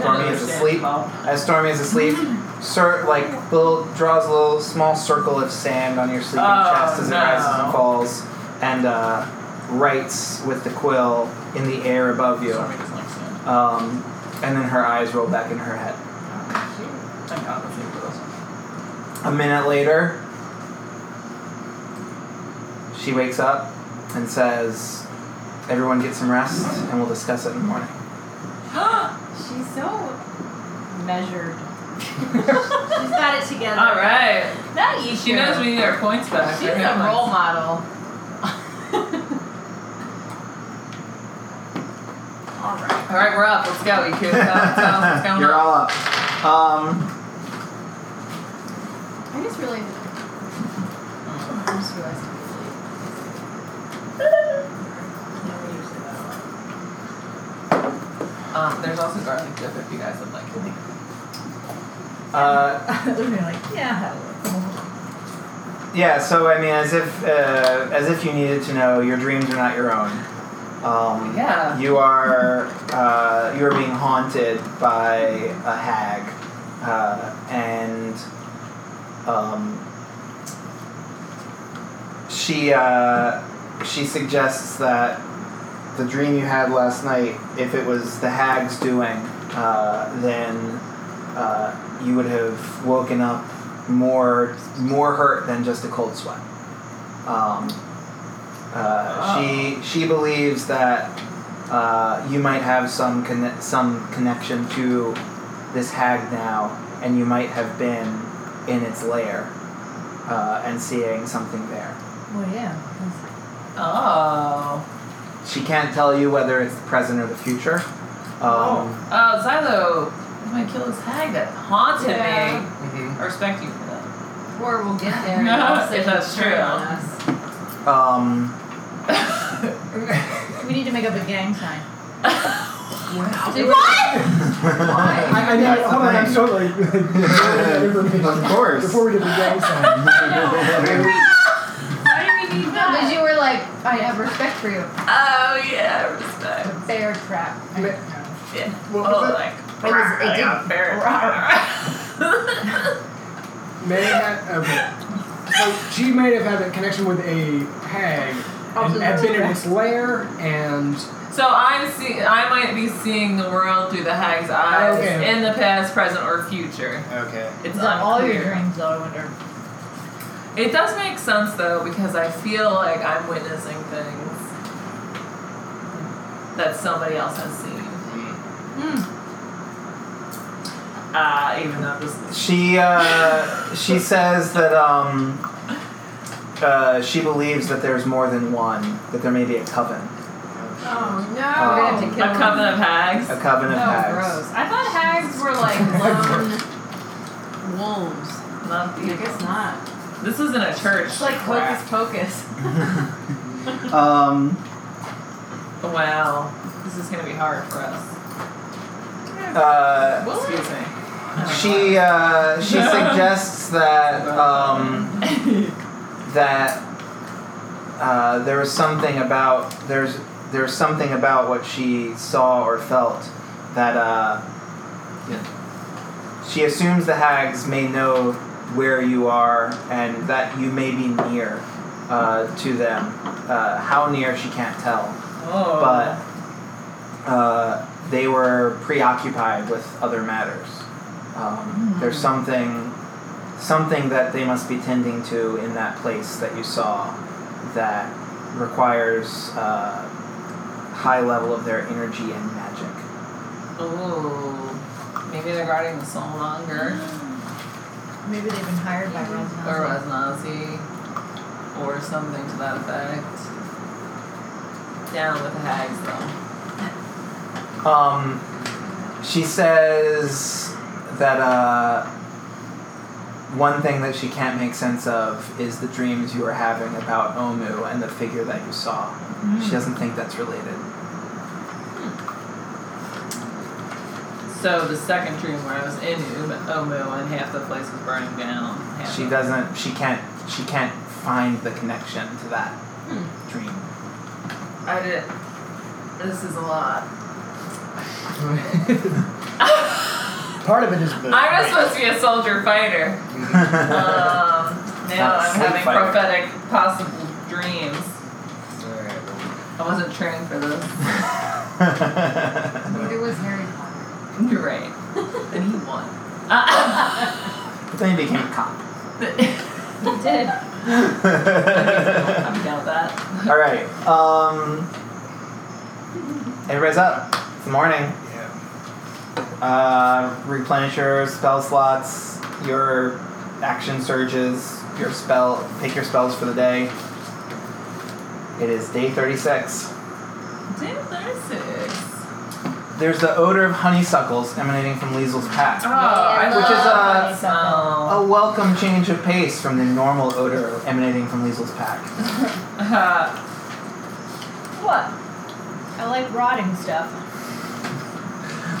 S3: Stormy
S6: don't
S3: is
S6: understand.
S3: asleep.
S6: Oh.
S3: as Stormy is asleep, cir- like little draws a little small circle of sand on your sleeping
S6: Oh,
S3: chest as it rises
S6: no.
S3: and falls, and uh, writes with the quill in the air above you.
S6: Sorry, doesn't like sand.
S3: Um, and then her eyes roll back in her head.
S6: Thank God that's it for this one.
S3: A minute later, she wakes up and says, Everyone get some rest and we'll discuss it in the morning.
S2: She's so measured.
S5: She's got it together.
S6: All right.
S5: Not you.
S6: She knows we need our points back.
S2: She's
S6: Our hit
S2: a
S6: points.
S2: role model.
S5: All right.
S6: All right, we're up. Let's go. You kids. What's going
S3: You're
S6: on?
S3: all up. Um,
S2: I just really. I just realized I'm late. Yeah, we usually that a lot.
S6: Um, there's also garlic dip if you guys would like it.
S3: uh,
S5: They're like, yeah.
S3: yeah, so I mean, as if, uh, as if you needed to know, your dreams are not your own. Um,
S6: Yeah.
S3: You are uh, you are being haunted by a hag, uh, and um, she uh, she suggests that the dream you had last night, if it was the hag's doing, uh, then uh, you would have woken up more more hurt than just a cold sweat. Um, uh, She she believes that uh, you might have some conne- some connection to this hag now, and you might have been in its lair uh, and seeing something there.
S5: Well, yeah.
S6: Oh.
S3: She can't tell you whether it's the present or the future. Um,
S6: Oh, Zylo. I'm gonna kill this hag that haunted
S2: Yeah.
S6: me.
S4: Mm-hmm.
S6: I respect you for that.
S2: Or we'll get there. and
S6: No,
S2: all of a sudden
S6: if that's
S2: turn
S6: true.
S2: on us.
S3: um,
S5: We need to make up a gang sign.
S2: Did-
S4: I, I
S3: That's
S4: know.
S3: the
S4: Hold on, I'm
S3: thing.
S4: so like. that information.
S3: Of course.
S4: Before we did the gang sign.
S5: Why do we need
S2: No, because
S5: that?
S2: you were like, I have respect for you.
S6: Oh yeah, respect.
S2: Bear trap. I don't know.
S6: Yeah.
S4: What
S6: oh,
S4: was it?
S6: like.
S2: It was- it
S6: I got buried.
S4: May have okay. So she might have had a connection with a hag, and had been in its lair, and
S6: so I'm see. I might be seeing the world through the hag's eyes
S4: Okay.
S6: in the past, present, or future.
S4: okay.
S6: It's
S5: Is that all your
S6: unclear.
S5: dreams, though, I wonder?
S6: It does make sense though because I feel like I'm witnessing things that somebody else has seen. Uh, even though this is
S3: she uh, she says that um, uh, she believes that there's more than one. That there may be a coven,
S4: Um,
S2: Oh, no.
S3: Oh.
S2: We're
S6: a
S2: going to have to kill him.
S6: coven of hags.
S3: a coven
S2: Oh,
S3: of hags.
S2: gross. I thought hags were like lone wolves.
S6: Not
S2: I
S6: the,
S2: guess not.
S6: this isn't a church.
S2: It's like
S6: crap.
S2: hocus pocus.
S3: Um,
S6: Wow, this is gonna be hard for us.
S3: uh,
S6: Excuse me.
S3: she uh, she suggests that um, that uh, there was something about there's there's something about what she saw or felt that uh, she assumes the hags may know where you are and that you may be near uh, to them. Uh, how near she can't tell
S6: oh.
S3: but uh, they were preoccupied with other matters. Um, There's something, something that they must be tending to in that place that you saw, that requires uh, high level of their energy and magic.
S6: Oh. Ooh. Maybe they're guarding the soul longer.
S5: Maybe they've been hired by
S2: Mm-hmm.
S6: or
S5: Rosnaz.
S6: Rasnazi, or something to that effect. Down with the hags, though.
S3: Um, she says that uh, one thing that she can't make sense of is the dreams you were having about Omu and the figure that you saw. She doesn't think that's related.
S6: So the second dream where I was in Um- Omu and half the place was burning down. half
S3: She
S6: the-
S3: doesn't. She can't. She can't find the connection to that dream.
S6: I did. This is a lot.
S4: Part of it is the.
S6: I was supposed to be a soldier fighter. Um, now
S3: Not a
S6: I'm
S3: sleep
S6: having
S3: fighter.
S6: prophetic possible dreams.
S4: Alright,
S6: I wasn't trained for this.
S1: Neither was Harry Potter.
S6: You're right. and he won. Uh,
S3: but then he became a cop.
S5: You did.
S6: I'm down with that.
S3: All right. Um, everybody's up. It's the morning.
S4: Yeah.
S3: Uh, replenish your spell slots, your action surges, your spell. Pick your spells for the day. It is day thirty-six.
S6: Day 36.
S3: There's the odor of honeysuckles emanating from Liesl's path.
S6: Oh, I
S3: Which is, uh,
S6: love smell.
S3: A welcome change of pace from the normal odor emanating from Liesl's pack.
S6: Uh,
S3: Oh.
S6: what?
S5: I like rotting stuff.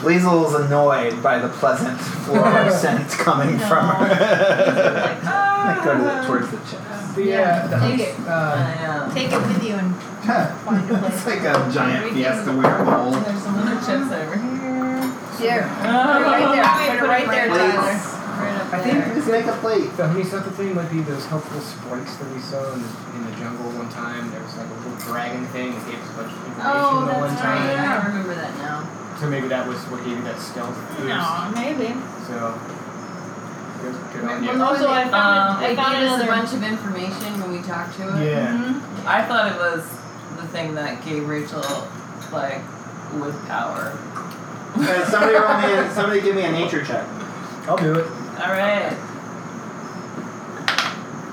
S3: Liesl is annoyed by the pleasant floral scent coming from her.
S5: Like,
S3: I go to the, uh, towards the chest.
S4: The, uh,
S5: Yeah,
S4: the
S5: take
S4: house,
S5: it.
S4: Uh,
S6: I
S5: take it with you and find a place.
S3: it's like a giant fiesta ware bowl.
S6: know. There's some other chips over here.
S1: Here.
S6: Oh,
S5: right there. Put it right there,
S1: Right
S5: Tyler.
S1: up
S4: I
S1: there.
S4: think
S3: Just make a plate.
S4: the honeysuckle thing might be those helpful sprites that we saw in the, in the jungle one time. There was like a little dragon thing that gave us a bunch of information the
S2: Oh, that's
S4: one
S2: right.
S4: time.
S2: I remember that now.
S4: So maybe that was what gave you that stealth boost.
S5: No, maybe.
S4: So good, good on you.
S1: Remember
S5: Also,
S1: when
S5: I
S1: they-
S5: found,
S6: um,
S1: They
S5: I
S1: gave
S5: found
S1: us a
S5: another
S1: bunch of information when we talked to him.
S4: Yeah.
S5: Mhm.
S6: I thought it was the thing that gave Rachel, like, with power.
S3: Uh, somebody, roll me a, somebody give me a nature check.
S4: I'll do it.
S6: Alright.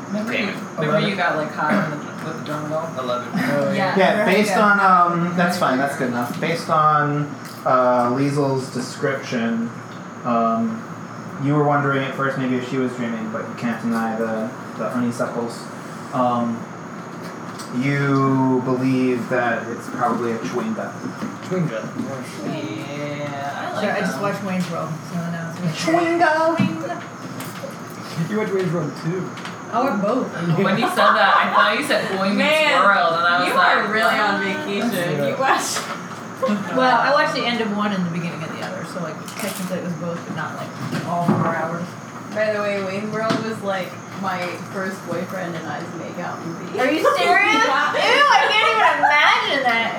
S6: Remember, you, remember you got, like, caught in the, with the jungle?
S4: Eleven.
S6: Yeah.
S3: Yeah, based
S6: yeah.
S3: on um, that's fine. That's good enough. Based on uh, Liesl's description, um, you were wondering at first maybe if she was dreaming, but you can't deny the the honeysuckles. Um, you believe that it's probably a chwinga.
S4: Uh, Twinga.
S6: Yeah, I like
S5: Sorry, I just
S6: them.
S5: watched Wayne's World, so now it's
S3: Chwinga.
S4: You went to Wayne's World too.
S5: Oh, or both.
S6: When you said that, I thought you said Boy Meets
S2: Man,
S6: World, and I was
S2: You
S6: like,
S2: are really on vacation.
S4: Yeah.
S2: You watched.
S5: Well, I watched the end of one and the beginning of the other, so like technically it was both, but not like all four hours.
S2: By the way, Wayne World was like my first boyfriend and I's makeout movie.
S5: Are you serious? Ew, I can't even imagine that.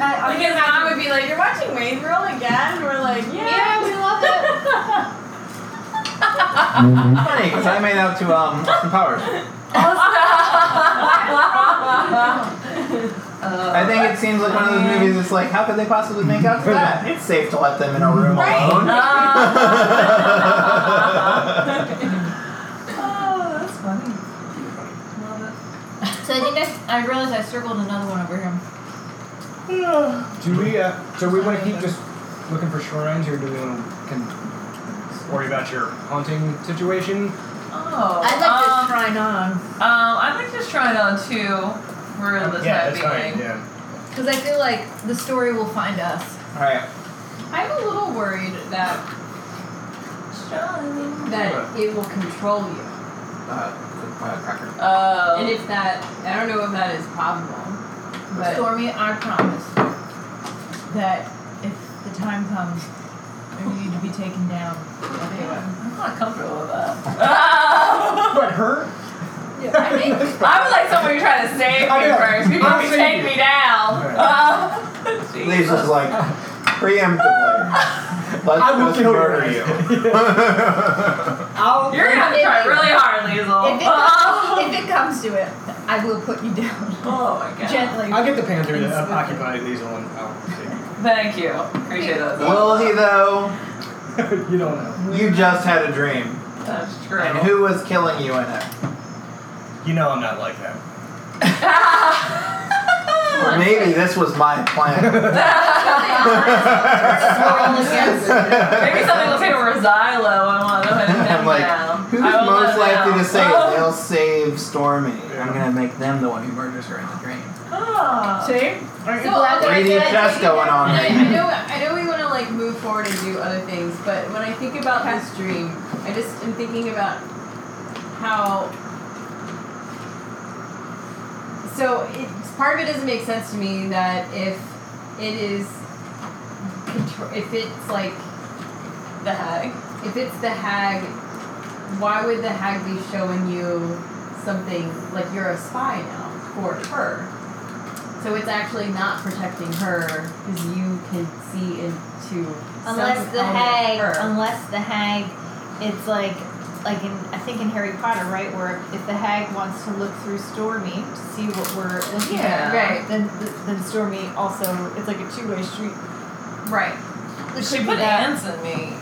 S2: I, because mom would be like, "You're watching Wayne's World again?" And we're like,
S5: Yeah,
S2: "Yeah."
S5: we love it.
S3: Funny, because I made out to um, Austin Powers. I think it seems like one of those movies. It's like, how could they possibly make out to that? It's safe to let them in a room
S2: Right.
S3: alone.
S6: oh, that's funny. Love it.
S5: So I think I, I realized I circled another one over here.
S4: Do we? Uh, so we want to keep just looking for shrines, or do we want to can worry about your haunting situation?
S6: Oh,
S5: I'd like
S6: um,
S5: to shrine on
S6: Um, I'd like to try it on too for the
S4: yeah,
S6: time
S4: that's
S6: being.
S4: fine. Yeah.
S5: because I feel like the story will find us.
S3: All right.
S2: I'm a little worried that that it will control you,
S3: Uh, cracker.
S6: Uh,
S2: and if that, I don't know if that is possible, but
S5: Stormy, I promise that if the time comes for you to be taken down, I'll do it.
S6: I'm not comfortable with that.
S4: But her?
S2: I think
S6: I would like someone to try to save
S4: I
S6: me
S4: know.
S6: first before
S4: I'll
S6: you
S4: save
S6: take
S4: you.
S6: me down.
S4: Right.
S6: Uh,
S3: Lee's just like preemptively. Let's
S4: I will
S3: just
S4: kill
S3: murder
S4: you.
S5: I'll
S6: You're gonna have to
S5: if
S6: try
S5: it-
S6: really hard, Liesl.
S5: If it,
S6: oh.
S5: comes, if it comes to it, I will put you down
S6: oh my god.
S5: gently.
S4: I'll get the panther
S5: It's
S4: to
S5: okay.
S4: occupy these on. I'll
S6: Thank you. Appreciate that.
S3: Will he though?
S4: take you. you don't know.
S3: You just had a dream,
S6: That's true.
S3: and who was killing you in it?
S4: You know I'm not like that.
S3: Or maybe this was my plan.
S6: Maybe something will take over Xylo and want to put him
S3: I'm like,
S6: down.
S3: who's
S6: I will
S3: most
S6: let him
S3: likely
S6: down.
S3: to say
S6: oh.
S3: they'll save Stormy?
S4: Yeah.
S3: I'm gonna make them the one who murders her in the dream.
S6: Oh.
S5: See? Aren't you
S2: So,
S5: glad that I
S3: Three D
S5: did?
S3: chess going on
S2: And I,
S3: right
S2: I
S3: now.
S2: know I know we want to like move forward and do other things, but when I think about this dream, I just am thinking about how. So it's part of it doesn't make sense to me that if it is, contr- if it's like the hag, if it's the hag, why would the hag be showing you something like you're a spy now for her? So it's actually not protecting her because you can see into
S5: Unless
S2: some
S5: the
S2: element of
S5: hag,
S2: her.
S5: unless the hag, it's like, like in I think in Harry Potter, right, where if the hag wants to look through Stormy to see what we're looking at,
S6: Yeah.
S5: right, then then Stormy also it's like a two way street.
S2: right.
S5: It
S6: She
S5: should
S6: put
S5: be that.
S6: ants in me.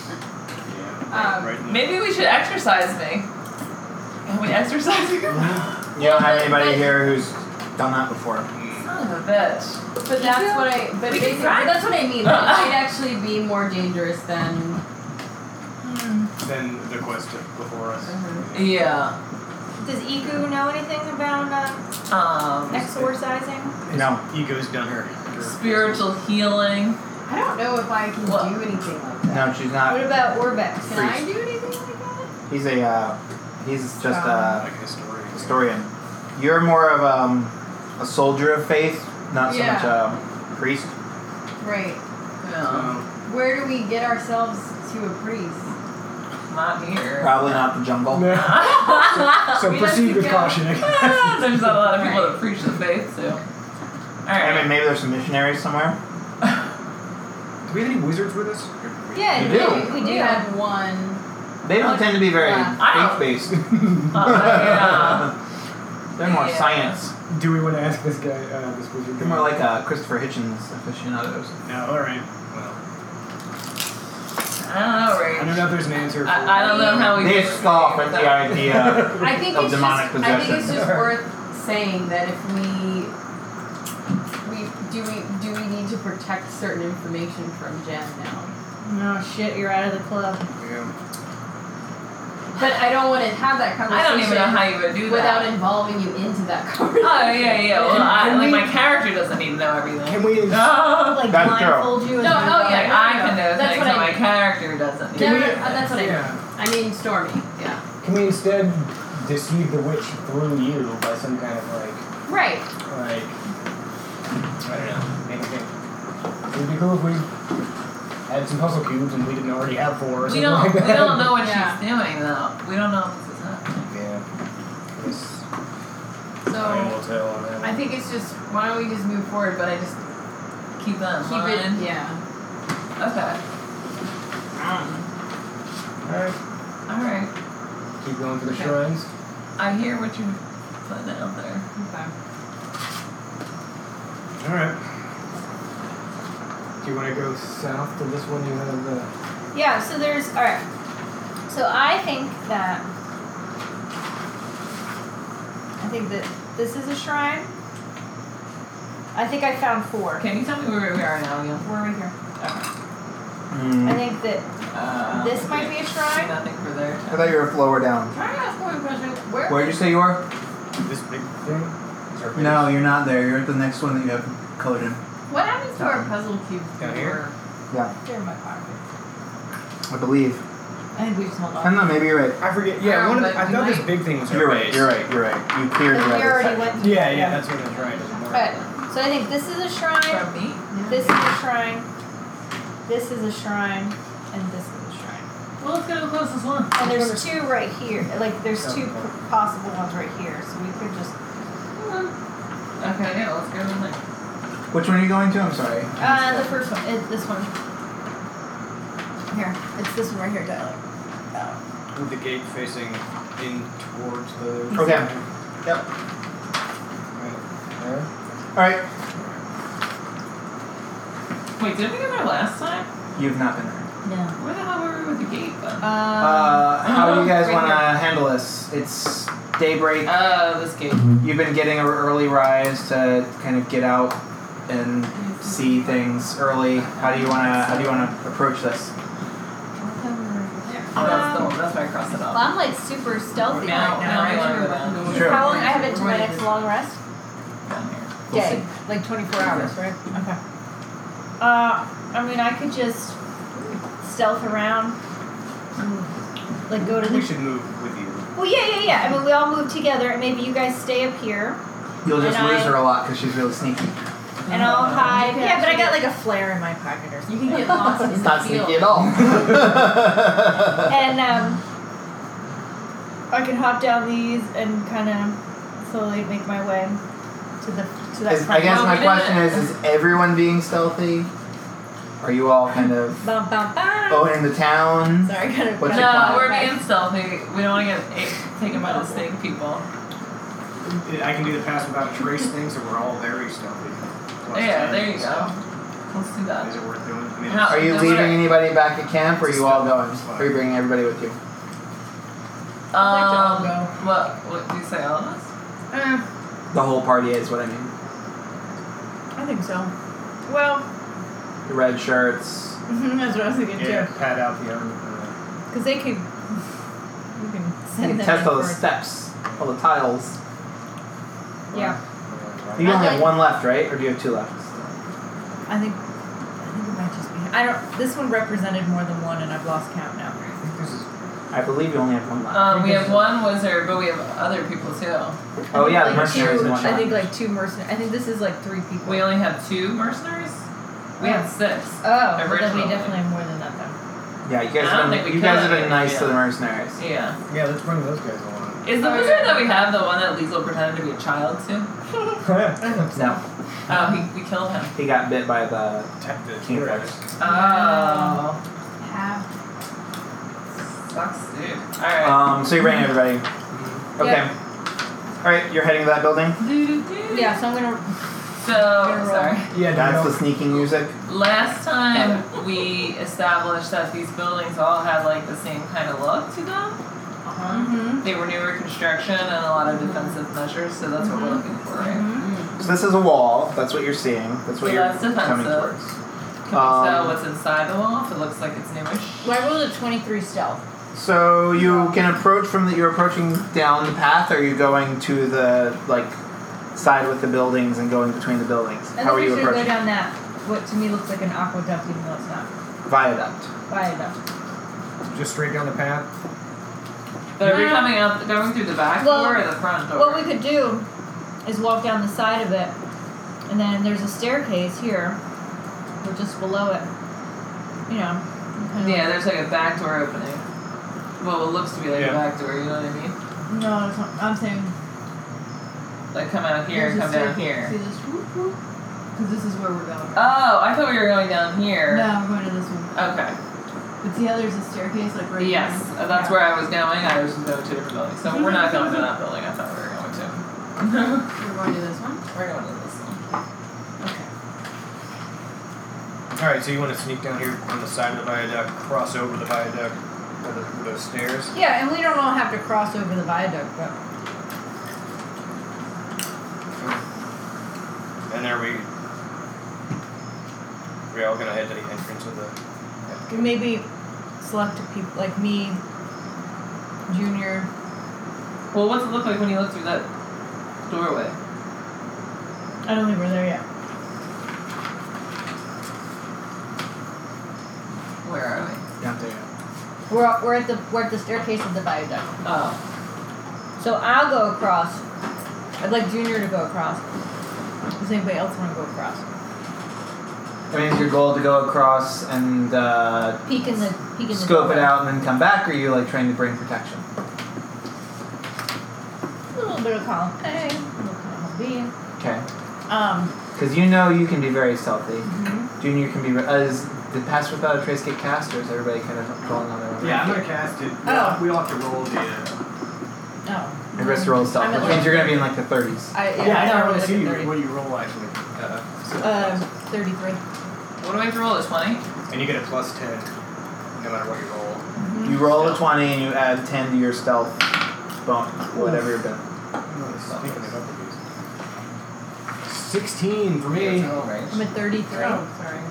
S4: Yeah,
S2: Um,
S4: right in the-
S6: Maybe we should exercise me. Can we exercise you?
S3: You don't have anybody
S6: But-
S3: here who's done that before.
S6: Son of a bitch.
S2: But that's what I. But
S6: We can
S2: basically,
S6: try.
S2: that's what I mean. Like, it might actually be more dangerous than.
S5: Hmm.
S4: Then the quest before us.
S6: Mm-hmm. Yeah.
S5: Does Iku know anything about um,
S6: Um,
S5: exorcising?
S3: No.
S4: Ego's done her.
S6: spiritual healing.
S2: I don't know if I can
S6: What?
S2: do anything like that.
S3: No, she's
S5: What
S3: not.
S5: about Orbex?
S2: Can
S3: Freeze.
S2: I do anything like that?
S3: He's a. Uh, he's just a
S4: Like a story.
S3: historian. You're more of um, a soldier of faith, not so
S2: Yeah.
S3: much a priest.
S2: Right.
S3: Uh,
S6: No,
S4: Um,
S2: Where do we get ourselves to a priest?
S6: not here.
S3: Probably not the jungle.
S4: no. So
S6: We just
S4: proceed
S6: keep
S4: with
S6: going.
S4: caution.
S6: Ah, There's not a lot of people that preach the faith, so.
S3: I
S6: Alright.
S3: mean, maybe there's some missionaries somewhere.
S4: Do we have any wizards with us?
S5: Yeah,
S3: You
S5: we-
S3: do.
S5: we
S2: We
S5: do.
S2: had one.
S3: They don't tend to be very
S2: Yeah.
S6: uh, I Oh,
S3: faith based.
S6: yeah.
S3: They're more
S6: Yeah.
S3: science.
S4: Do we want to ask this guy, uh, this wizard?
S3: They're more like uh, Christopher Hitchens aficionados.
S4: No, all right. Well,
S6: I
S4: I don't
S6: don't know, Rach.
S4: know if there's an answer. For
S6: I, I don't know how we
S3: They
S6: do it.
S3: scoff at the idea.
S2: I think
S3: Of
S2: it's
S3: demonic
S2: just. I think it's
S3: possession.
S2: just worth saying that if we. We do we do we need to protect certain information from Jen now?
S5: No shit, you're out of the club.
S4: Yeah.
S2: But I don't want to have that
S6: I
S2: conversation.
S6: don't even know how you would do that.
S2: without involving you into that conversation.
S6: Oh yeah, yeah. Well, I,
S4: Can we-
S6: like my character doesn't need to know everything.
S4: Can we?
S6: Oh,
S5: Like
S3: That's
S5: blindfold you. and
S2: No,
S5: then
S2: oh,
S5: go
S2: yeah,
S6: like
S5: like-
S6: I can know
S2: That's
S6: things
S2: what
S6: that
S2: I
S6: my
S2: mean.
S6: character doesn't.
S2: No,
S4: Can
S2: no,
S4: we-
S2: no, that's what I mean.
S4: Yeah.
S2: I mean Stormy. Yeah.
S7: Can we instead deceive the witch through you by some kind of like,
S2: Right.
S7: like, I don't know, anything? It'd be cool if we had some puzzle cubes and we didn't already have four or
S6: We
S7: something
S6: don't.
S7: like
S6: We
S7: that.
S6: don't know what
S2: Yeah.
S6: she's doing though. We don't know if this is happening.
S7: Yeah. I guess time
S2: So
S7: will tell on that.
S2: I think it's just why don't we just move forward? But I just
S6: Keep that in
S2: keep
S6: mind.
S2: it. Yeah.
S6: Okay. Um,
S7: Alright,
S6: all right.
S7: keep going for the
S6: Okay.
S7: shrines.
S6: I hear what you're putting out there.
S2: Okay.
S4: All right.
S7: Do you want to go south to this one you have the.
S4: uh,
S5: Yeah, so there's all right. So I think that I think that this is a shrine. I think I found four.
S6: Can you tell me where we are now, Neil?
S5: Where are we here? I
S3: Mm.
S5: think that
S6: Uh,
S5: this might be a
S6: I
S5: shrine.
S6: nothing for there.
S3: I thought you were lower down.
S2: Can I ask one question? Where?
S3: Where'd you say you were?
S4: This big thing. Is our
S3: No, you're not there. You're at the next one that you have code in.
S2: What happens to
S6: Um,
S2: our puzzle cubes?
S4: Down here?
S5: They're in my pocket.
S3: I believe.
S5: I think we just hold
S3: I
S5: on.
S3: don't know. Maybe you're right.
S4: I forget. Yeah,
S6: Um,
S4: one of
S6: but
S4: the, I
S6: we
S4: thought this
S6: might-
S4: big thing was our
S3: You're right.
S4: base.
S3: You're right. You're right. You cleared
S5: But
S3: the
S5: we
S3: other
S5: already
S3: side.
S5: went.
S4: Yeah, yeah, that's what I was right. Doesn't work.
S5: Alright, so I think this is a shrine.
S6: From me?
S5: This is a shrine. This is a shrine, and this is a shrine.
S6: Well, let's go to the closest one.
S5: And there's two right here. Like there's two
S7: Okay.
S5: p- possible ones right here, so we could just.
S6: Okay, yeah, let's go to the next.
S3: Which one are you going to? I'm sorry.
S5: Uh, the first one. It, this one. Here. It's this one right here, Tyler. Oh.
S4: With the gate facing in towards the.
S3: Okay. Yep.
S4: Right.
S7: Yeah.
S3: All right.
S6: Wait, did we go there last time?
S3: You've not been there.
S5: No.
S6: Where the hell were we with the gate then?
S5: Um,
S3: Uh, how do you guys
S6: right
S3: want to handle this? It's daybreak.
S6: Uh, this gate.
S5: Um,
S3: You've been getting an early rise to kind of get out and see things early. How do you want to? How do you want to approach this?
S6: Oh, that's the one. That's why I crossed it
S3: Uh,
S5: well,
S6: off.
S5: I'm like super stealthy
S6: Now-
S5: right
S6: now
S5: now.
S6: we
S5: aren't
S6: wanna
S5: you?
S6: go down.
S3: Sure.
S5: How long? I have it to my next long rest.
S6: Down here.
S3: We'll
S5: Day, like 24 hours, right? Okay. Uh, I mean, I could just stealth around, and, like go to
S4: We
S5: the.
S4: should move with you.
S5: Well, yeah, yeah, yeah. I mean, we all move together, and maybe you guys stay up here.
S3: You'll just
S5: And I-
S3: lose her a lot because she's really sneaky.
S5: and I'll
S6: Uh,
S5: hide.
S2: okay.
S5: Yeah, but I got like a flare in my pocket or
S2: You
S5: something.
S2: can get lost in the field.
S3: all.
S5: and um, I can hop down these and kind of slowly make my way to the to that
S3: Is- I guess
S6: Well,
S3: my
S6: we didn't-
S3: question is: Is everyone being stealthy? Are you all kind of
S5: Bum, bum, bum.
S3: owning the town?
S5: Sorry, I gotta.
S3: Oh. What's
S5: gotta
S3: your
S6: No,
S3: plan?
S5: walk
S6: we're
S5: back.
S6: being stealthy. We don't want to get ate- taken by the snake people.
S4: I can do the pass without a trace thing, so we're all very stealthy. Plus
S6: Yeah,
S4: 10,
S6: there you go.
S4: so
S6: Let's do that.
S4: Is it worth doing? I mean,
S6: How-
S4: it's-
S3: Are you
S6: No,
S3: leaving
S6: we're-
S3: anybody back at camp, or are you all going?
S4: Just-
S3: Are you bringing everybody with you?
S5: I'd
S6: Um,
S5: like to all
S6: what? What do you say, all of us?
S5: Mm,
S3: The whole party is what I mean.
S5: I think so. Well,
S3: The red shirts.
S5: that's what I was thinking
S4: Yeah,
S5: too.
S4: pat out the uh, arm.
S5: Because they could. You can send
S3: And
S5: them
S3: test
S5: in
S3: all the
S5: for-
S3: steps, all the tiles.
S5: Yeah,
S3: You
S5: I'd
S3: only have
S5: like-
S3: one left, right? Or do you have two left?
S5: I think. I think it might just be. I don't. This one represented more than one, and I've lost count now.
S4: I think this is
S3: I believe you only have one left.
S6: Um, we have one wizard, but we have other people too.
S3: oh yeah, the
S5: like
S3: mercenary is
S5: two,
S3: one.
S5: I think like two mercenaries. I think this is like three people.
S6: We only have two mercenaries. We had six.
S5: oh, well, then we
S6: originally.
S5: definitely have more than that then.
S3: yeah, you guys
S6: I don't
S3: have
S6: think
S3: been,
S6: we
S3: you guys have
S6: could,
S3: been nice to
S6: yeah.
S3: the mercenaries.
S6: Yeah.
S7: Yeah, let's bring those guys along.
S6: Is the
S5: Oh,
S6: wizard
S5: yeah.
S6: that we have the one that Liesl pretended to be a child to?
S3: No,
S6: Oh, he, we killed him.
S3: he got bit by the
S4: tech the
S3: king
S4: T-Rex.
S6: Oh.
S2: Have
S6: Sucks, dude. Alright.
S3: Um, so you rang everybody. Okay.
S5: Mm-hmm. Yeah.
S3: All right, you're heading to that building.
S5: Yeah, so I'm gonna.
S6: So,
S5: Gonna roll.
S6: sorry.
S7: Yeah,
S3: That's the
S7: no.
S3: sneaking music.
S6: Last time we established that these buildings all had like the same kind of look to them.
S5: Mm-hmm.
S6: They were newer construction and a lot of defensive measures, so that's
S5: Mm-hmm.
S6: what we're looking for, right?
S3: So this is a wall. That's what you're seeing. That's what
S6: So
S3: you're
S6: that's
S3: coming
S6: defensive.
S3: towards.
S6: Can we tell
S3: Um,
S6: what's inside the wall if it looks like it's newish?
S5: Well, I rolled a twenty-three stealth.
S3: So you can approach from the. You're approaching down the path, or are you going to the like side with the buildings and going between the buildings?
S5: I
S3: How are
S5: think
S3: you
S5: we should go
S3: approaching?
S5: down that. What to me looks like an aqueduct, even though it's not.
S3: Viaduct.
S5: Viaduct.
S7: Just straight down the path.
S6: But are we
S5: Yeah.
S6: coming out, going through the back
S5: Well,
S6: door or the front door?
S5: What we could do is walk down the side of it, and then there's a staircase here, but just below it. You know. kind of-
S6: yeah, there's like a back door opening. Well, it looks to be like
S4: Yeah.
S6: a back door, you know what I mean?
S5: No, it's not, I'm saying
S6: Like come out here
S5: there's
S6: and
S5: a
S6: come down
S5: staircase.
S6: here.
S5: See this? Because this is where we're going.
S6: Oh, I thought we were going down here.
S5: No, we're going to this one.
S6: Okay.
S5: But see how there's a staircase like right
S6: Yes,
S5: here?
S6: uh, that's
S5: Yeah.
S6: where I was going. I was going to two different buildings. So we're not going to that building. I thought we were going to.
S2: we're going to this one.
S6: we're going to this one.
S4: All right, so you want to sneak down here on the side of the viaduct, cross over the viaduct, or the, those stairs.
S5: Yeah, and we don't all have to cross over the viaduct, but
S4: And are we? We all gonna head to the entrance of the.
S5: maybe select people like me, Junior.
S6: Well, what's it look like when you look through that doorway?
S5: I don't think we're there yet.
S6: Where are we?
S3: Down there.
S5: We're, we're at the we're at the staircase of the viaduct.
S6: Oh,
S5: So I'll go across. I'd like Junior to go across. Does anybody else want to go across?
S3: I mean, is your goal to go across and uh,
S5: Peek in the peek in the
S3: scope it
S5: doorway.
S3: out and then come back, or are you like trying to bring protection?
S5: A little bit of column A, a little column B.
S3: Okay.
S5: Um,
S3: Because you know you can be very stealthy.
S5: Mm-hmm.
S3: Junior can be. Uh, is the pass without a trace get cast, or is everybody kind of rolling on their own?
S4: Yeah, I'm gonna cast it.
S5: Oh.
S4: We all have to roll the. Uh,
S5: oh.
S3: Everybody's roll stealth,
S5: I'm at
S3: which means
S5: like-
S3: you're gonna be in like the 30s.
S5: I, yeah,
S4: I
S5: I
S4: don't
S5: rolled
S4: really
S5: like a
S4: see you.
S5: 30.
S4: What do you roll actually? Uh, so-
S5: Um, 33.
S6: what do I have to roll? A twenty?
S4: and you get a plus ten, no matter what you roll.
S3: You roll a 20 and you add 10 to your stealth bump, whatever you're doing.
S4: Speaking of other these.
S7: Sixteen for
S6: It's
S7: me.
S6: all right.
S5: I'm at 33.
S2: Oh, sorry.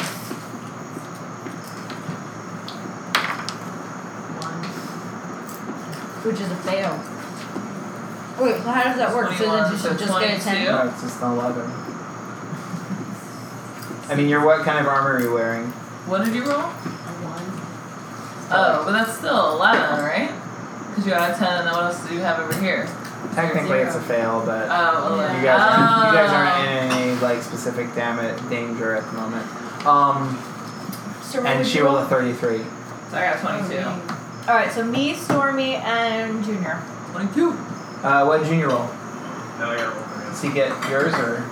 S2: One.
S5: Which is a fail. Wait, so how does that work? So then
S6: 21,
S5: you
S6: so
S5: should just get a 10?
S6: 22.
S3: No, it's just an 11. I mean, you're what kind of armor are you wearing?
S6: What did you roll?
S2: A one.
S6: Oh, but that's still eleven, right? Because you had a ten, and then what else do you have over here?
S3: Technically, it's a fail, but
S6: Oh, eleven.
S3: you guys aren't, you guys
S6: Oh.
S3: aren't in any like specific damage danger at the moment. Um,
S5: So
S3: and she rolled a 33.
S6: So I got twenty-two.
S5: Alright, so me, Stormy, and Junior.
S6: Twenty-two.
S3: Uh, what did Junior roll?
S7: No, I gotta roll for
S3: Does
S7: it.
S3: he get yours or?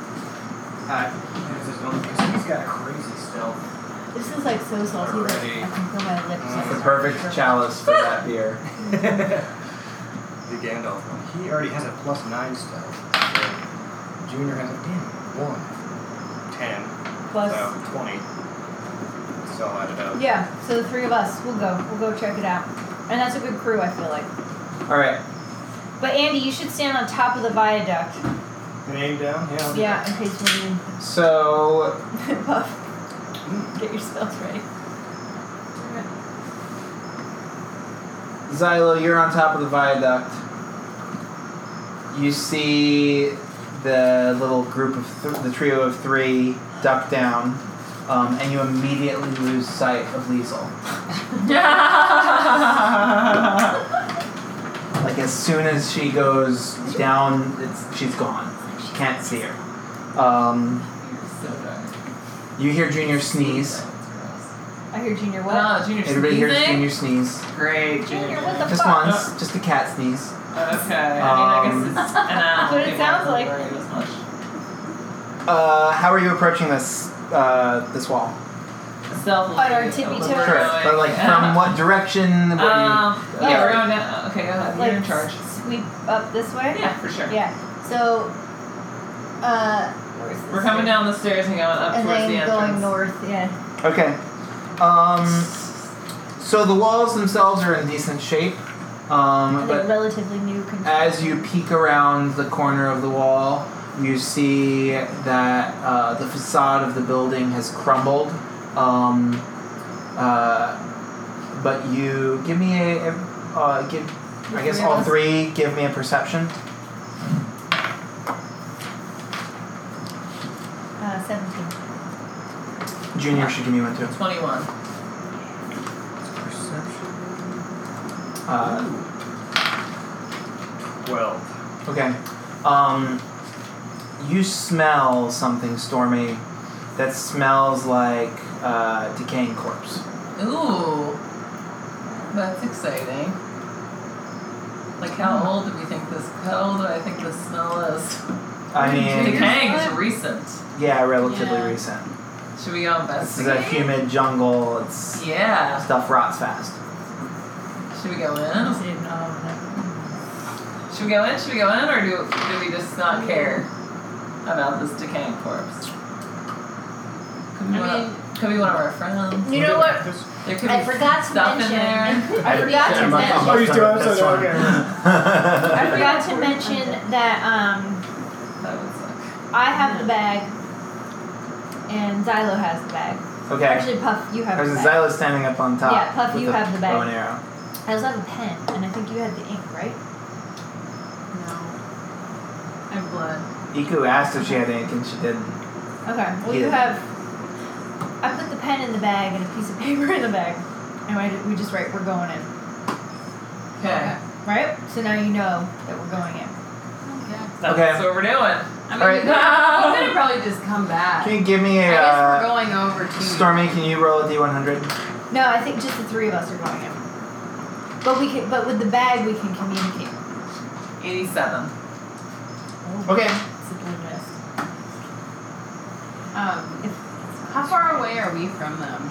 S4: Uh, this is only- so he's got crazy stealth.
S5: This is like so salty that I can feel my lips.
S3: It's the perfect chalice for that beer.
S7: The Gandalf one.
S4: He already has a plus nine stealth. So Junior has a damn one. Ten.
S5: Plus,
S4: So twenty. So I don't know.
S5: yeah. So the three of us, we'll go. We'll go check it out, and that's a good crew. I feel like.
S3: All right.
S5: But Andy, you should stand on top of the viaduct.
S4: The name down? Yeah.
S5: Yeah, in case we need
S3: So
S5: buff. Get your spells ready.
S3: Xylo, you're on top of the viaduct. You see the little group of th- the trio of three duck down, um, and you immediately lose sight of Liesel. Like as soon as she goes down, it's, she's gone. She can't see her. Um,
S6: so dark.
S3: you hear Junior sneeze.
S5: I hear Junior what?
S2: Uh,
S6: Oh, Junior
S3: Everybody hears
S6: sneezing?
S3: Junior sneeze.
S6: Great, Junior.
S5: Junior, what the
S3: Just
S5: fuck?
S3: once, just a cat sneeze.
S6: Okay. I mean, I
S3: Um,
S6: guess it's an hour.
S5: That's what it
S6: people
S5: sounds
S6: don't
S5: like.
S6: worry as much.
S3: Uh, how are you approaching this uh, this wall?
S6: Self.
S5: On our tippy toes.
S3: Correct, but like from what direction? What do you-
S6: Um,
S5: you-
S6: yeah, we're going down. Okay, go ahead.
S5: Like
S6: You're in charge.
S5: sweep up this way.
S6: Yeah, for sure.
S5: Yeah. So, uh, where's this
S6: We're coming
S5: here?
S6: down the stairs and going up
S5: And
S6: towards
S5: then
S6: the entrance.
S5: going north. Yeah.
S3: Okay. Um,
S6: Mm,
S3: so the walls themselves are in decent shape, um,
S5: They're
S3: but
S5: relatively new. Con-
S3: as you peek around the corner of the wall, you see that uh, the facade of the building has crumbled. Um, uh, but you give me a, uh, give I guess
S5: three of
S3: all
S5: us?
S3: three give me a perception.
S5: uh, Seventeen.
S3: Junior should give me one too.
S6: Twenty-one.
S4: Perception.
S3: Uh,
S4: Twelve.
S3: Okay. Um, you smell something stormy that smells like uh, decaying corpse.
S6: Ooh, that's exciting. Like, how
S5: Hmm.
S6: old do we think this? How old do I think this smell is?
S3: I mean,
S6: Decaying is recent.
S3: yeah, relatively
S5: Yeah.
S3: recent.
S6: Should we go
S3: This is a
S6: investigate?
S3: humid jungle. It's
S6: Yeah.
S3: stuff rots fast.
S6: Should we go in?
S5: didn't know all of that.
S6: Should we go in? Should we go in, or do do we just not care about this decaying corpse? Could be,
S2: I
S6: one
S2: mean,
S6: of, could be one of our friends.
S5: You know what?
S6: There could
S5: I
S6: be
S5: forgot to
S6: stuff
S5: mention.
S6: in there.
S5: I forgot to
S3: I'm not- I'm
S5: mention.
S3: not
S4: Oh, you still
S3: done with
S4: have
S3: this
S4: some?
S3: one.
S5: I forgot to mention that um,
S6: That would suck.
S5: I have the bag, and Zylo has the bag.
S3: okay.
S5: Actually, Puff, you have
S3: There's
S5: the
S3: a
S5: bag.
S3: xylo standing up on top.
S5: Yeah, Puff,
S3: with
S5: you
S3: a
S5: have the bag.
S3: Bow and arrow.
S5: I also have a pen, and I think you had the ink, right?
S2: No. I'm blood.
S3: Iku asked if she had ink and she didn't.
S5: Okay. Well, you
S3: Yeah.
S5: have. I put the pen in the bag and a piece of paper in the bag, and I, we just write we're going in,
S6: Okay.
S5: right? So now you know that we're going in.
S2: Yeah.
S6: That's
S3: Okay.
S6: what we're doing.
S2: I mean,
S3: Alright.
S2: you, could, you could probably just come back.
S3: Can you give me
S2: I
S3: a
S2: guess we're
S3: uh,
S2: going over to
S3: Stormy? Can you roll a d100?
S5: No, I think just the three of us are going in. But we can. But with the bag, we can communicate.
S6: 87.
S3: Okay.
S5: Subliminous.
S2: Um, how far away are we from them?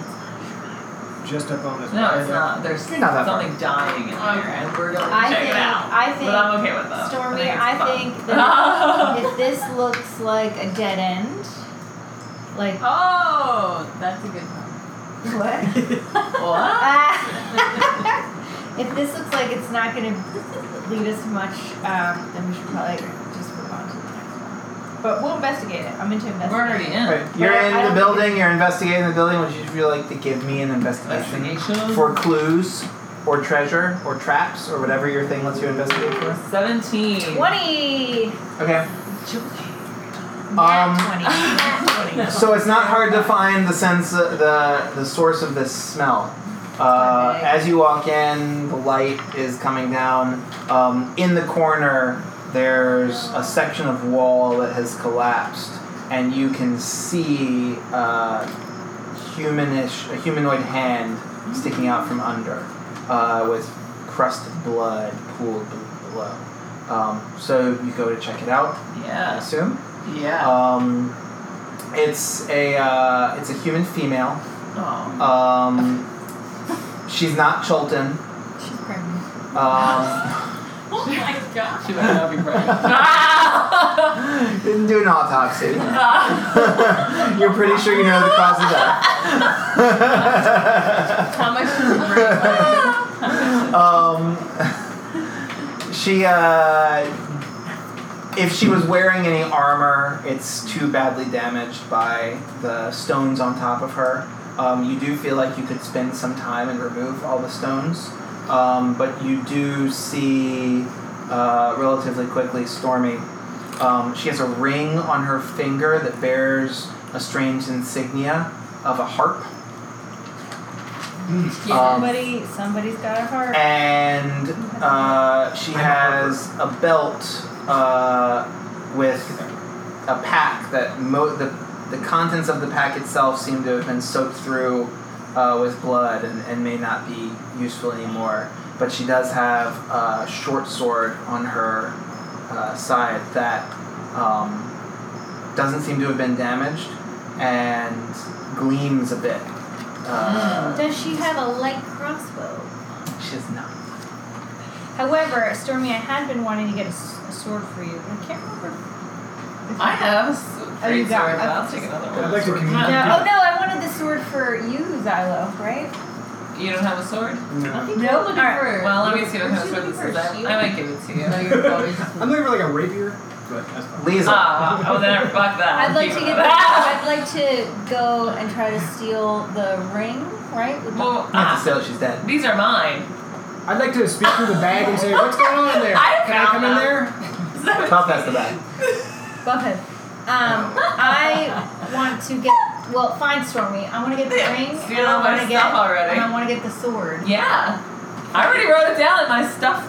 S4: Just up on this.
S6: No, it's not. There's
S3: You're not that far.
S6: something dying in there, and we're going to
S5: I
S6: check
S5: think.
S6: it out.
S5: I
S6: but
S5: think.
S6: I'm okay with that.
S5: Stormy,
S6: I
S5: I
S6: think, it's
S5: think
S6: fun.
S5: If this looks like a dead end, like
S2: Oh, that's a good one.
S5: what?
S6: what?
S5: Ah. uh, if this looks like it's not going to lead us much, um, then we should probably just move on to the next one. But we'll investigate it. I'm into
S6: We're already
S5: investigating.
S6: in.
S3: Right. You're
S5: But I don't
S3: in the
S5: think
S3: building, you're investigating the building. Would you feel like to give me an investigation?
S6: Investigation.
S3: For clues, or treasure, or traps, or whatever your thing lets you investigate for?
S6: 17.
S5: 20!
S3: Okay.
S5: Nat
S3: Um,
S5: 20. Nat 20.
S3: So it's not hard to find the sense, of the, the source of this smell. Uh, as you walk in, the light is coming down. Um, in the corner, there's a section of wall that has collapsed, and you can see uh, humanish, a humanoid hand sticking out from under, uh, with crusted blood pooled b- below. Um, so you go to check it out, I
S6: Yeah.
S3: assume.
S6: Yeah.
S3: Um, it's a uh, it's a human female.
S6: oh.
S3: Um, she's not Chulton.
S5: She's pregnant.
S3: Um,
S5: Oh my god.
S6: She might not be pregnant.
S3: didn't do an autopsy. You're pretty sure you know the cause of that.
S2: How much does it break?
S3: um, she, uh, if she was wearing any armor, it's too badly damaged by the stones on top of her. Um, you do feel like you could spend some time and remove all the stones, um, but you do see uh, relatively quickly Stormy. Um, she has a ring on her finger that bears a strange insignia of a harp. Um,
S5: Somebody, somebody's got a heart.
S3: and uh, she has a belt uh, with a pack that mo- the the contents of the pack itself seem to have been soaked through uh, with blood and, and may not be useful anymore. But she does have a short sword on her uh, side that um, doesn't seem to have been damaged and gleams a bit. Uh,
S5: Does she have a light crossbow?
S3: she does not.
S5: However, Stormy, I had been wanting to get a, s- a sword for you, but I can't remember. if-
S6: I have.
S5: Oh, you got
S6: Sorry,
S5: it.
S6: but I'll take another one.
S4: I'd like to
S6: Sword.
S4: communicate-
S5: No, oh no, I wanted the sword for you, Xylo, right?
S6: You don't have a sword?
S4: No.
S3: Mm-hmm.
S2: I think you're looking
S5: Alright,
S2: for.
S6: Well, let me see what kind of
S2: She's
S6: sword this is.
S2: looking for a
S6: I,
S2: shield.
S6: I might give it to
S2: No,
S6: you.
S2: you're probably just.
S4: I'm looking for like a rapier, but that's fine.
S3: Lisa.
S6: Ah, oh, then I- fuck that.
S5: I'd like to
S6: Keep
S5: get.
S6: it.
S5: I'd like to go and try to steal the ring, right? With the-
S6: Well,
S3: Not to
S6: ah,
S3: sell, she's dead.
S6: these are mine.
S4: I'd like to speak through the bag and say, "What's going on in there?
S6: I
S4: Can I
S6: found
S4: come in
S6: them.
S4: there?"
S3: Top that's the bag.
S5: Buffett. Um, I want to get. Well, find Stormy. I want to get the ring. and
S6: Steal
S5: I
S6: all my
S5: want to get.
S6: stuff already.
S5: And I want to get the sword.
S6: Yeah. I already wrote it down in my stuff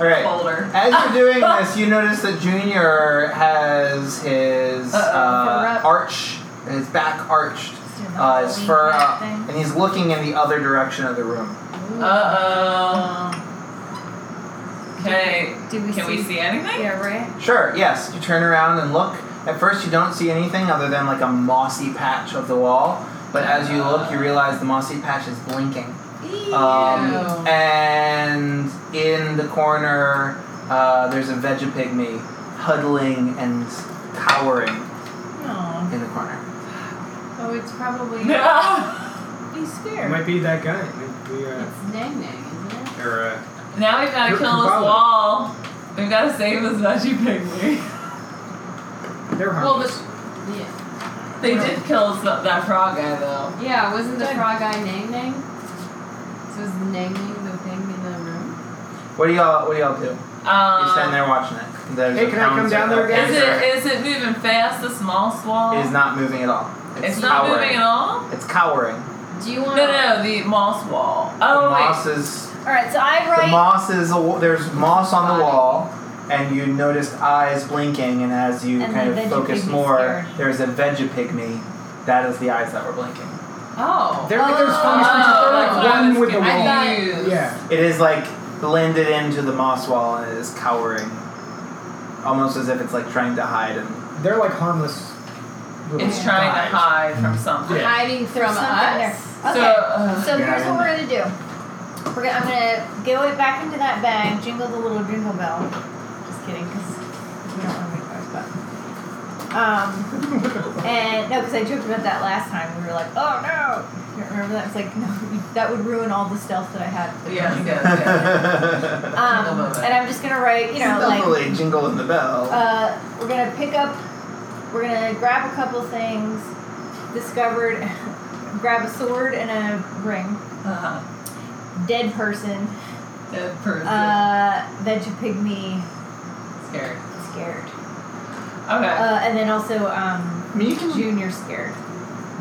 S3: All right.
S6: folder.
S3: As you're doing this, you notice that Junior has his uh,
S5: Fur up.
S3: arch, his back arched,
S5: Let's do another
S3: uh, his
S5: leaf
S3: fur
S5: back
S3: up,
S5: thing.
S3: and he's looking in the other direction of the room.
S5: Ooh.
S6: Uh oh. Okay.
S5: Do we
S6: Can
S5: see?
S6: we see anything?
S5: Yeah, right.
S3: Sure. Yes. You turn around and look. At first, you don't see anything other than like a mossy patch of the wall. But as you look, you realize the mossy patch is blinking. Um,
S5: Uh,
S2: Ew.
S3: and in the corner, uh, there's a vegapygmy huddling and cowering
S5: No,
S3: in the corner.
S2: Oh, it's probably.
S6: No.
S5: he's
S4: It
S5: scared.
S4: might be that guy. We, we uh,
S2: It's Nang Nang, isn't it?
S4: or uh,
S6: Now we've got to
S4: You're
S6: kill this
S4: confounded.
S6: wall. We've got to save this veggie pygmy.
S4: they're
S2: Well,
S4: harmless.
S2: Yeah.
S6: They did kill s- that frog guy though.
S2: Yeah, wasn't the
S5: Good.
S2: frog eye Nang Nang? So is Nang Nang the thing in the room?
S3: What do y'all What do y'all do? You're standing
S6: Um,
S3: there watching it. There's
S4: Hey,
S3: a
S4: can I come
S3: pouncer
S4: down there
S3: up
S4: again?
S6: is it
S3: It
S6: is it moving fast? This moss wall.
S3: is not moving at all. It's,
S6: It's not
S3: cowering.
S6: moving at all.
S3: It's cowering.
S2: Do you
S6: No,
S2: want?
S6: no, the moss wall. Oh
S3: the
S6: wait.
S3: moss is
S5: All right, so I
S3: the
S5: write.
S3: moss is a wa- there's moss on the wall, and you noticed eyes blinking, and as you
S5: And
S3: kind
S5: the
S3: of focus
S5: vegapygmy's
S3: more,
S5: scared.
S3: there's a vegapygmy. That is the eyes that were blinking.
S6: Oh.
S4: They're like those funny
S6: Oh,
S4: creatures. They're
S6: that's
S4: like
S6: what I
S4: one
S6: was
S4: with the
S6: confused.
S4: wall.
S2: I thought-
S4: Yeah.
S3: It is like blended into the moss wall, and it is cowering, almost as if it's like trying to hide. And
S4: They're like harmless. little
S6: It's trying
S4: guys.
S6: to hide from something.
S4: Yeah.
S2: Hiding from
S5: There's something
S2: us.
S5: there. Okay.
S6: So, uh,
S5: So
S3: Yeah,
S5: here's
S3: I
S5: what
S3: don't-
S5: we're gonna do. We're gonna, I'm gonna go it back into that bag, jingle the little jingle bell. Just kidding, because we don't want to make noise, but. Um, and no, because I joked about that last time. We were like, oh no! You don't remember that? It's like, no, that would ruin all the stealth that I had.
S6: yeah, yeah, yeah.
S5: Um,
S6: Jingle bell.
S5: and I'm just gonna write, you know, like.
S3: Stealthily jingle in the bell.
S5: Uh, we're gonna pick up. We're gonna grab a couple things. Discovered. grab a sword and a ring.
S6: Uh-huh.
S5: Dead person.
S6: Dead person.
S5: Uh, veggie pygmy.
S6: Scared.
S5: Scared.
S6: Okay.
S5: Uh, and then also um,
S3: I mean, you can
S5: junior scared.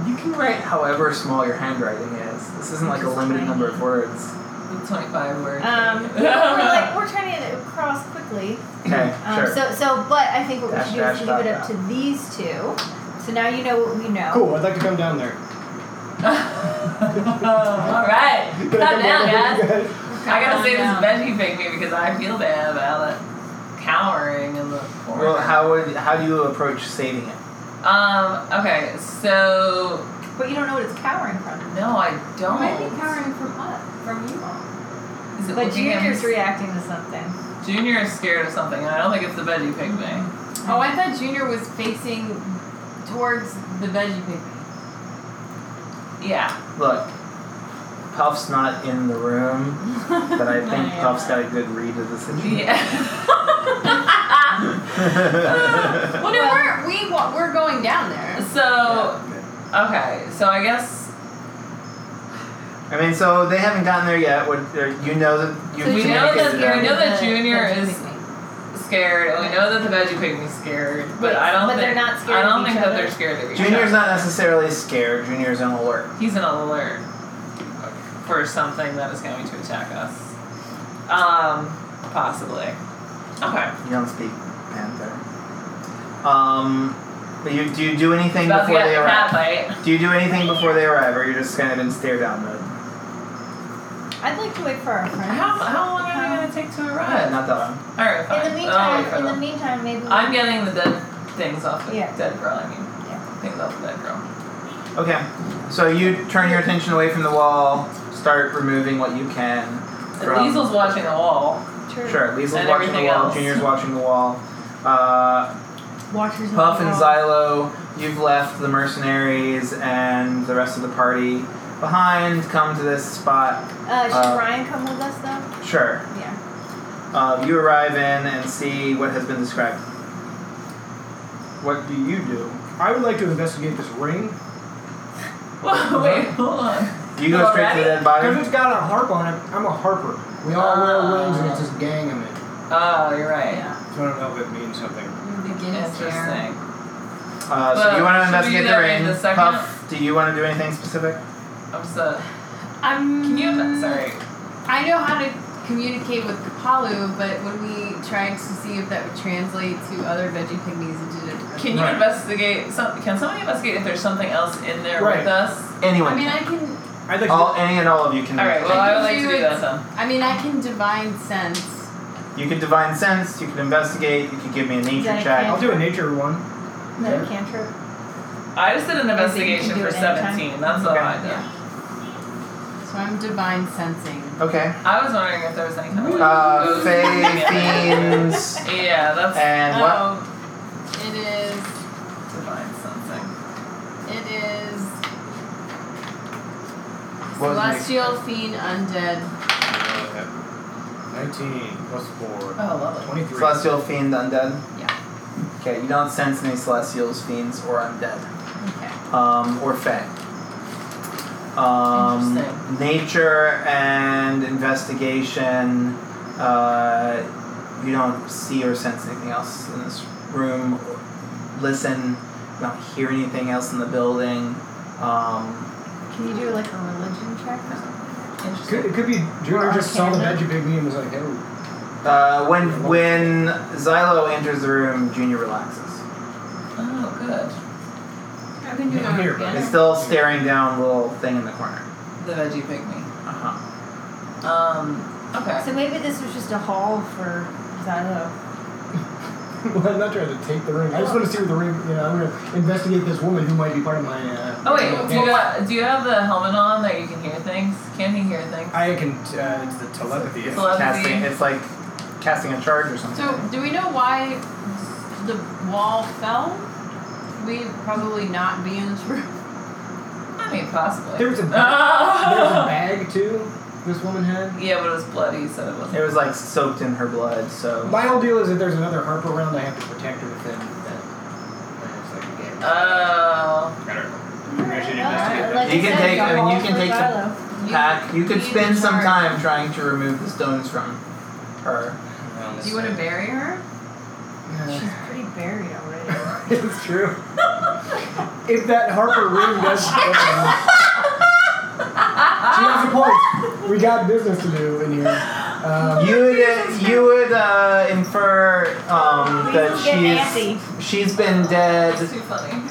S3: You can write however small your handwriting is. This isn't like a
S5: Just
S3: limited
S5: tiny.
S3: number of words.
S6: The 25 word.
S5: Um,
S6: thing.
S5: you know, we're like we're trying to get it across quickly.
S3: Okay,
S5: Um,
S3: sure.
S5: So so, but I think what we
S3: Dash,
S5: should do is
S3: dash,
S5: leave
S3: dot,
S5: it up to these two. So now you know what we know.
S4: Cool. I'd like to come down there.
S6: All right. Calm
S4: Can I come
S6: down,
S4: down
S6: guys.
S4: there?
S6: I gotta say this veggie pygmy because I feel bad about it. cowering in the corner.
S3: Well, how would how do you approach saving it?
S6: Um. Okay. So
S5: But you don't know what it's cowering from.
S6: no, I
S2: You
S6: don't.
S2: might be cowering from us, from you all.
S6: Is it
S5: But
S6: looking
S5: Junior's
S6: at-
S5: reacting to something.
S6: Junior is scared of something. and I don't think it's the veggie pig thing.
S2: Oh, I thought Junior was facing towards the veggie pig.
S6: Yeah.
S3: Look, Puff's not in the room, but I think
S6: Yeah.
S3: Puff's got a good read of the situation.
S6: Yeah.
S2: Well, no, we're we wa- we're going down there.
S6: so okay. So I guess
S3: I mean, so they haven't gotten there yet. What or you know that you
S6: So we know
S3: communicated
S6: that-
S3: that.
S6: we know that
S5: The
S6: Junior
S5: veggie
S6: is-
S5: pig.
S6: scared. and We know that the veggie pig is scared, but
S5: Wait,
S6: I don't.
S5: but
S6: think,
S5: they're not scared
S6: I don't
S5: of
S6: think
S5: each
S6: that
S5: other?
S6: they're scared of each
S3: Junior's
S6: other.
S3: not necessarily scared. Junior's on alert.
S6: He's an alert for something that is going to attack us. Um, possibly. Okay.
S3: You don't speak Panther. Um, but you do you do anything
S6: About to
S3: before
S6: get
S3: they
S6: in a
S3: arrive?
S6: cat fight.
S3: Do you do anything before they arrive, or you're just kind of in stare down mode?
S5: I'd like to wait for our friends.
S6: How, how long are they going to take to arrive?
S3: Not that long.
S6: All right. Fine.
S5: In the
S6: I'll wait
S5: meantime,
S6: for
S5: in the
S6: them.
S5: meantime, maybe we
S6: I'm getting the dead things off the
S5: Yeah.
S6: dead girl. I mean,
S5: Yeah.
S6: things off the dead girl.
S3: Okay, so you turn your attention away from the wall, start removing what you can. From,
S6: Liesel's watching the wall.
S5: True.
S3: Sure, Liesel's
S6: And
S3: watching the
S6: everything
S3: wall.
S6: else.
S3: Junior's watching the wall. Uh,
S5: Watchers of
S3: Puff
S5: the
S3: and
S5: wall.
S3: Xylo, you've left the mercenaries and the rest of the party behind. Come to this spot.
S5: Uh, should
S3: uh,
S5: Ryan come with us though?
S3: Sure.
S5: Yeah.
S3: Uh, you arrive in and see what has been described. What do you do?
S4: I would like to investigate this ring
S6: Whoa, wait, hold on.
S3: You go straight to the dead
S4: because
S3: body.
S4: it's got a harp on it. I'm a harper.
S7: We all wear
S6: Ah.
S7: rings and it's this gang of it.
S6: Oh, you're right.
S2: Yeah.
S4: So I don't know if it means something.
S2: The Guinness
S6: Interesting.
S2: chair.
S3: Uh, so you want to
S6: Well, should
S3: investigate
S6: we do
S3: the
S6: that in
S3: ring.
S6: the second?
S3: Puff, do you want to do anything specific?
S6: I'm so.
S2: I'm.
S6: Can you? Sorry.
S2: I know how to communicate with Kapalu, but when we tried to see if that would translate to other veggie pygmies, it didn't.
S6: Can you
S4: Right.
S6: investigate? Some, can somebody investigate if there's something else in there
S4: Right.
S6: with us?
S3: Anyone?
S2: I mean, I can.
S4: I'd like
S3: all, any and all of you can.
S6: All right. Well,
S2: I
S6: I would
S2: can
S6: like to
S2: do
S6: do
S2: it.
S6: that then.
S2: I mean, I can divine sense.
S3: you can divine sense. You can investigate. You can give me a nature
S5: that a
S4: to.
S3: check.
S4: I'll do a nature one.
S5: Another cantrip.
S6: I just did an
S5: I think you can
S6: investigation
S5: do
S6: for
S5: it anytime.
S6: 17. That's all
S3: Okay.
S6: I did.
S2: So I'm divine sensing.
S3: Okay.
S6: I was wondering if there was any kind of like,
S3: Uh,
S6: ghost
S3: Fae,
S6: thing in
S3: fiends,
S6: there. Yeah, that's
S3: and what?
S2: Oh, it is.
S6: divine something.
S2: It is.
S3: What was the next
S2: celestial fiend undead.
S7: Nineteen plus
S6: Oh,
S7: four.
S6: lovely.
S7: Twenty-three.
S3: Celestial fiend, undead.
S2: Yeah.
S3: Okay. You don't sense any celestials, fiends, or undead.
S2: Okay.
S3: um, or Fey. Um,
S6: Interesting.
S3: nature and investigation. Uh, you don't see or sense anything else in this room. Listen, you don't hear anything else in the building. Um,
S5: Can you do like a religion check or something?
S4: Could,
S6: Interesting.
S4: it could be Junior
S5: Or
S4: just saw the
S5: Arcana.
S4: magic big me and was like, hey,
S3: uh, when when Xylo enters the room, Junior relaxes.
S6: Oh, good.
S2: I can do
S4: I'm
S2: that
S4: here,
S2: again.
S3: He's still staring down a little thing in the corner.
S6: The veggie pygmy.
S3: Uh-huh.
S6: Um, okay.
S5: So maybe this was just a haul for Xylo.
S7: Well, I'm not trying to take the ring. I just want to see what the ring. You know, I'm gonna investigate this woman who might be part of my. Uh,
S6: Oh wait,
S7: gang.
S6: do you, have, do you have the helmet on that you can hear things? Can he hear things?
S4: I can. Uh, it's the telepathy.
S6: Telepathy.
S3: Casting, it's like casting a charge or something.
S2: So, do we know why the wall fell? We'd probably not be in this room.
S6: I mean, possibly.
S4: There was a-
S7: There's a
S6: yeah,
S7: bag too. This woman had.
S6: but it was bloody, so it wasn't.
S3: It was like soaked in her blood, so.
S7: My whole deal is if there's another harp around, I have to protect her within that. It's like a game.
S6: Oh,
S4: I don't know.
S5: Alright,
S4: should
S5: well,
S4: investigate
S5: like
S3: that.
S5: I
S3: You can
S5: said,
S3: take-
S5: a
S3: I mean, you
S5: haul
S3: can
S5: for
S3: take some-
S5: Xylo.
S3: Pack. You could
S2: be in
S3: spend some
S2: charge.
S3: time trying to remove the stones from her.
S2: Do you want to bury her?
S5: She's pretty buried already.
S4: it's true. if that Harper ring does. she
S7: She has a point. We got business to do in here. Um,
S3: You would you would uh, infer um, that
S5: Please don't get
S3: she's she's been dead
S6: that's too funny.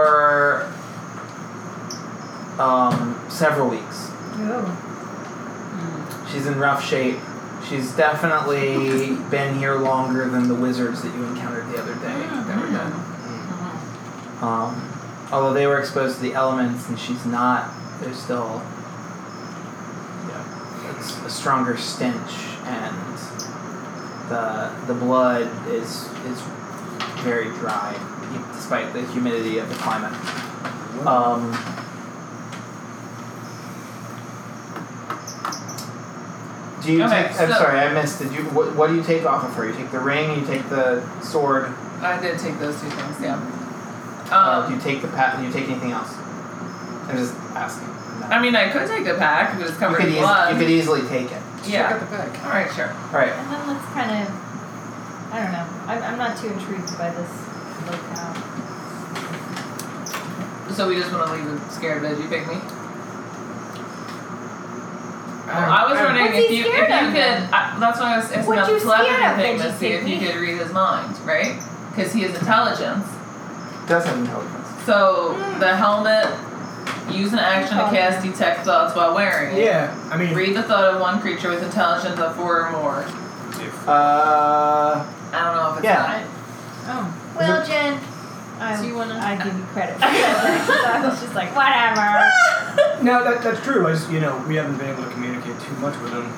S3: for um, several weeks.
S5: nasty. Ooh.
S3: She's in rough shape. She's definitely been here longer than the wizards that you encountered the other day. That were done. Um, although they were exposed to the elements and she's not, there's still yeah, it's a stronger stench and the the blood is is very dry e- despite the humidity of the climate. Um, do you
S6: Okay,
S3: take? I'm
S6: so-
S3: sorry, I missed. Did you? What, what do you take off of her? You take the ring. You take the sword.
S6: I did take those two things, yeah.
S3: Uh, do
S6: Um,
S3: you take the pack? Do you take anything else? I'm just asking.
S6: I mean, I could take the pack because it's
S3: you
S6: covered
S3: could,
S6: in
S3: eas-
S6: blood.
S3: you could easily take it.
S6: yeah.
S4: Check out the back.
S6: All right, sure.
S3: All right.
S5: And then let's kind of, I don't know. I'm, I'm not too intrigued by this locale.
S6: So we just want to leave the scared veggie pygmy.
S4: I
S6: I was
S4: I-
S6: wondering
S5: What's
S6: if
S5: he
S6: you
S5: scared
S6: if you
S5: of
S6: could. I, that's why I was asking
S5: What
S6: about
S5: you
S6: the
S5: scared of,
S6: telepathy thing
S5: veggie
S6: to see if you
S5: pygmy?
S6: could read his mind, right? Because he has intelligence.
S3: Does have intelligence.
S6: So
S5: Hmm.
S6: the helmet, use an action to cast detect thoughts while wearing it.
S4: Yeah, I mean,
S6: Read the thought of one creature with intelligence of four or more.
S4: if-
S3: Uh,
S6: I don't know if it's
S3: Yeah.
S6: that.
S5: Oh.
S3: Well,
S5: Well, Jen,
S2: Do you
S5: I,
S2: wanna?
S5: I give you credit for that. So I was just like, whatever.
S4: no, that, that's true. I just, you know, we haven't been able to communicate too much with him.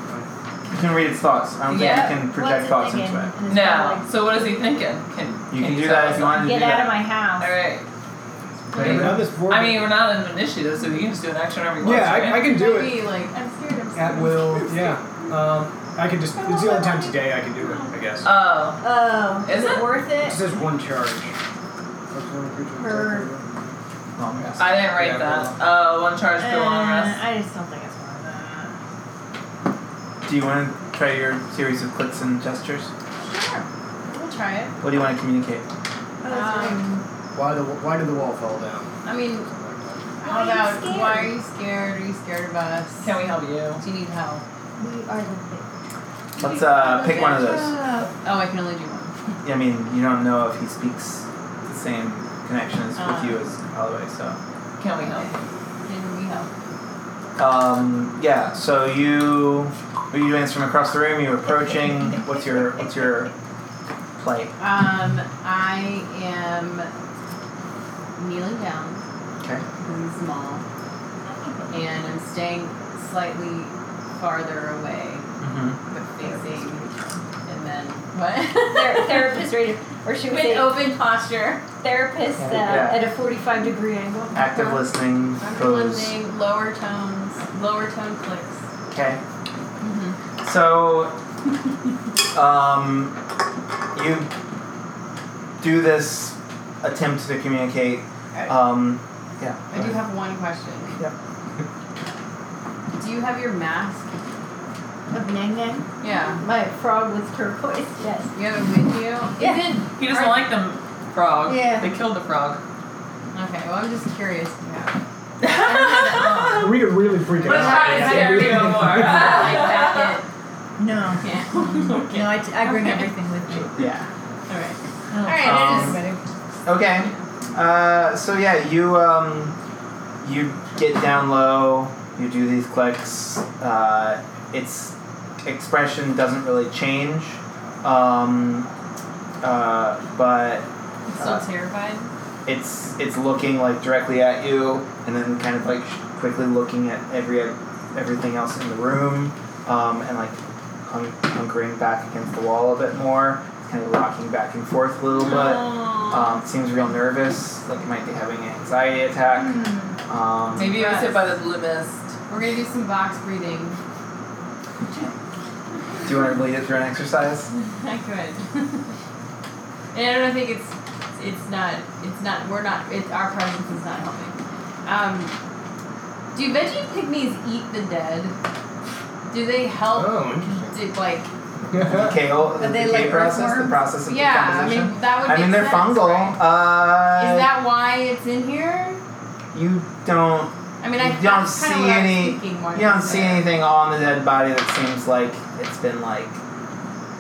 S3: you can read its thoughts. I don't
S6: Yeah.
S3: think you can
S5: What's
S3: project
S5: it
S3: thoughts
S5: thinking?
S3: into it.
S5: And it's kinda
S6: No. So what is he thinking? Can
S3: You can do
S6: tell
S3: that
S6: us
S3: if you wanted to
S5: Like, get
S3: do
S5: out
S3: that.
S5: of my
S6: All
S5: house.
S6: right.
S4: But even on this board,
S6: I mean, we're not an initiative, so we can just do an action whenever we want.
S4: yeah,
S6: right?
S4: I, I can do it
S2: maybe, like
S5: I'm scared. I'm scared.
S4: at will. Yeah, um, I can just. It's the only time today I can do it. I guess.
S6: Oh,
S5: Oh,
S6: Is
S5: is
S6: it?
S5: it worth
S4: It
S5: it?
S4: says one charge.
S5: Per-
S3: Long rest.
S6: I didn't write
S4: Yeah,
S6: that. Oh, one charge per long
S5: Uh,
S6: rest.
S5: I just don't think it's worth it.
S3: do you want to try your series of clicks and gestures?
S5: Sure, we'll try it.
S3: What do you want to communicate?
S2: um,
S4: Why the Why did the wall fall down?
S2: I mean,
S5: Why
S2: how
S5: are you
S2: about
S5: scared?
S2: why are you scared? Are you scared of us?
S6: Can we help you?
S2: Do you need help?
S5: Uh, We are the big.
S3: Let's uh, pick one of those.
S5: Uh,
S2: Oh, I can only do one.
S3: I mean, you don't know if he speaks the same connection as
S2: Uh.
S3: with you as Holloway, so.
S6: Can we help?
S2: Can we help?
S3: Um, yeah. So you are you doing this from across the room? You're approaching. What's your what's your play?
S2: Um, I am kneeling down.
S3: Okay.
S2: really small, and I'm staying slightly farther away,
S3: Mm-hmm.
S2: but facing, and then what?
S5: ther- therapist rated, or should we
S2: With
S5: say
S2: open posture,
S5: therapist uh,
S3: Yeah.
S5: at a 45 degree angle?
S3: Active listening
S2: Uh, I'm
S3: goes.
S2: listening, lower tones, lower tone clicks.
S3: Okay. So, um, you do this attempt to communicate.
S2: Okay.
S3: Um, yeah.
S2: I do have one question.
S3: Yep.
S2: Do you have your mask?
S5: Of Nang Nang?
S2: Yeah.
S5: My frog with turquoise, yes.
S2: You have it with you?
S5: Yeah.
S2: Is it?
S6: He doesn't like the frog.
S5: Yeah.
S6: They killed the frog.
S2: Okay, well, I'm just curious. if you have it.
S6: Let's
S4: We could really freak
S6: try
S4: it out.
S6: to
S4: Yeah.
S6: scare you more.
S2: Like that,
S5: No.
S2: yeah. yeah.
S5: No, I, t- I bring
S2: Okay.
S5: everything with me.
S3: Yeah.
S2: Alright.
S6: Oh.
S5: Alright,
S3: Um,
S5: it is.
S3: Okay. Uh, so yeah, you um, you get down low. You do these clicks. Uh, its expression doesn't really change. Um, uh, but
S2: I'm still terrified.
S3: it's it's looking like directly at you and then kind of like sh- quickly looking at every everything else in the room um, and like hung, hunkering back against the wall a bit more it's kind of rocking back and forth a little bit um, it seems real nervous like it might be having an anxiety attack
S5: Hmm.
S3: um,
S6: Maybe it was hit by the blue mist.
S2: We're gonna do some box breathing.
S3: do you want to bleed it through an exercise
S2: I could. and I don't think it's it's not it's not we're not it's our presence is not helping. Um, do veggie pygmies eat the dead? Do they help?
S4: Oh, interesting.
S2: Do, like
S3: decay, the
S5: Are they
S3: decay
S5: like
S3: process the
S5: earthworms?
S3: process of
S2: yeah, I
S3: decomposition
S2: mean that would.
S3: I mean
S2: make
S3: they're
S2: sense,
S3: fungal
S2: right?
S3: uh,
S2: Is that why it's in here?
S3: you don't
S2: I mean, I
S3: You don't
S2: that's kinda
S3: see
S2: what I was
S3: any-
S2: thinking when
S3: You
S2: I
S3: don't
S2: was
S3: see
S2: there.
S3: anything on the dead body that seems like it's been like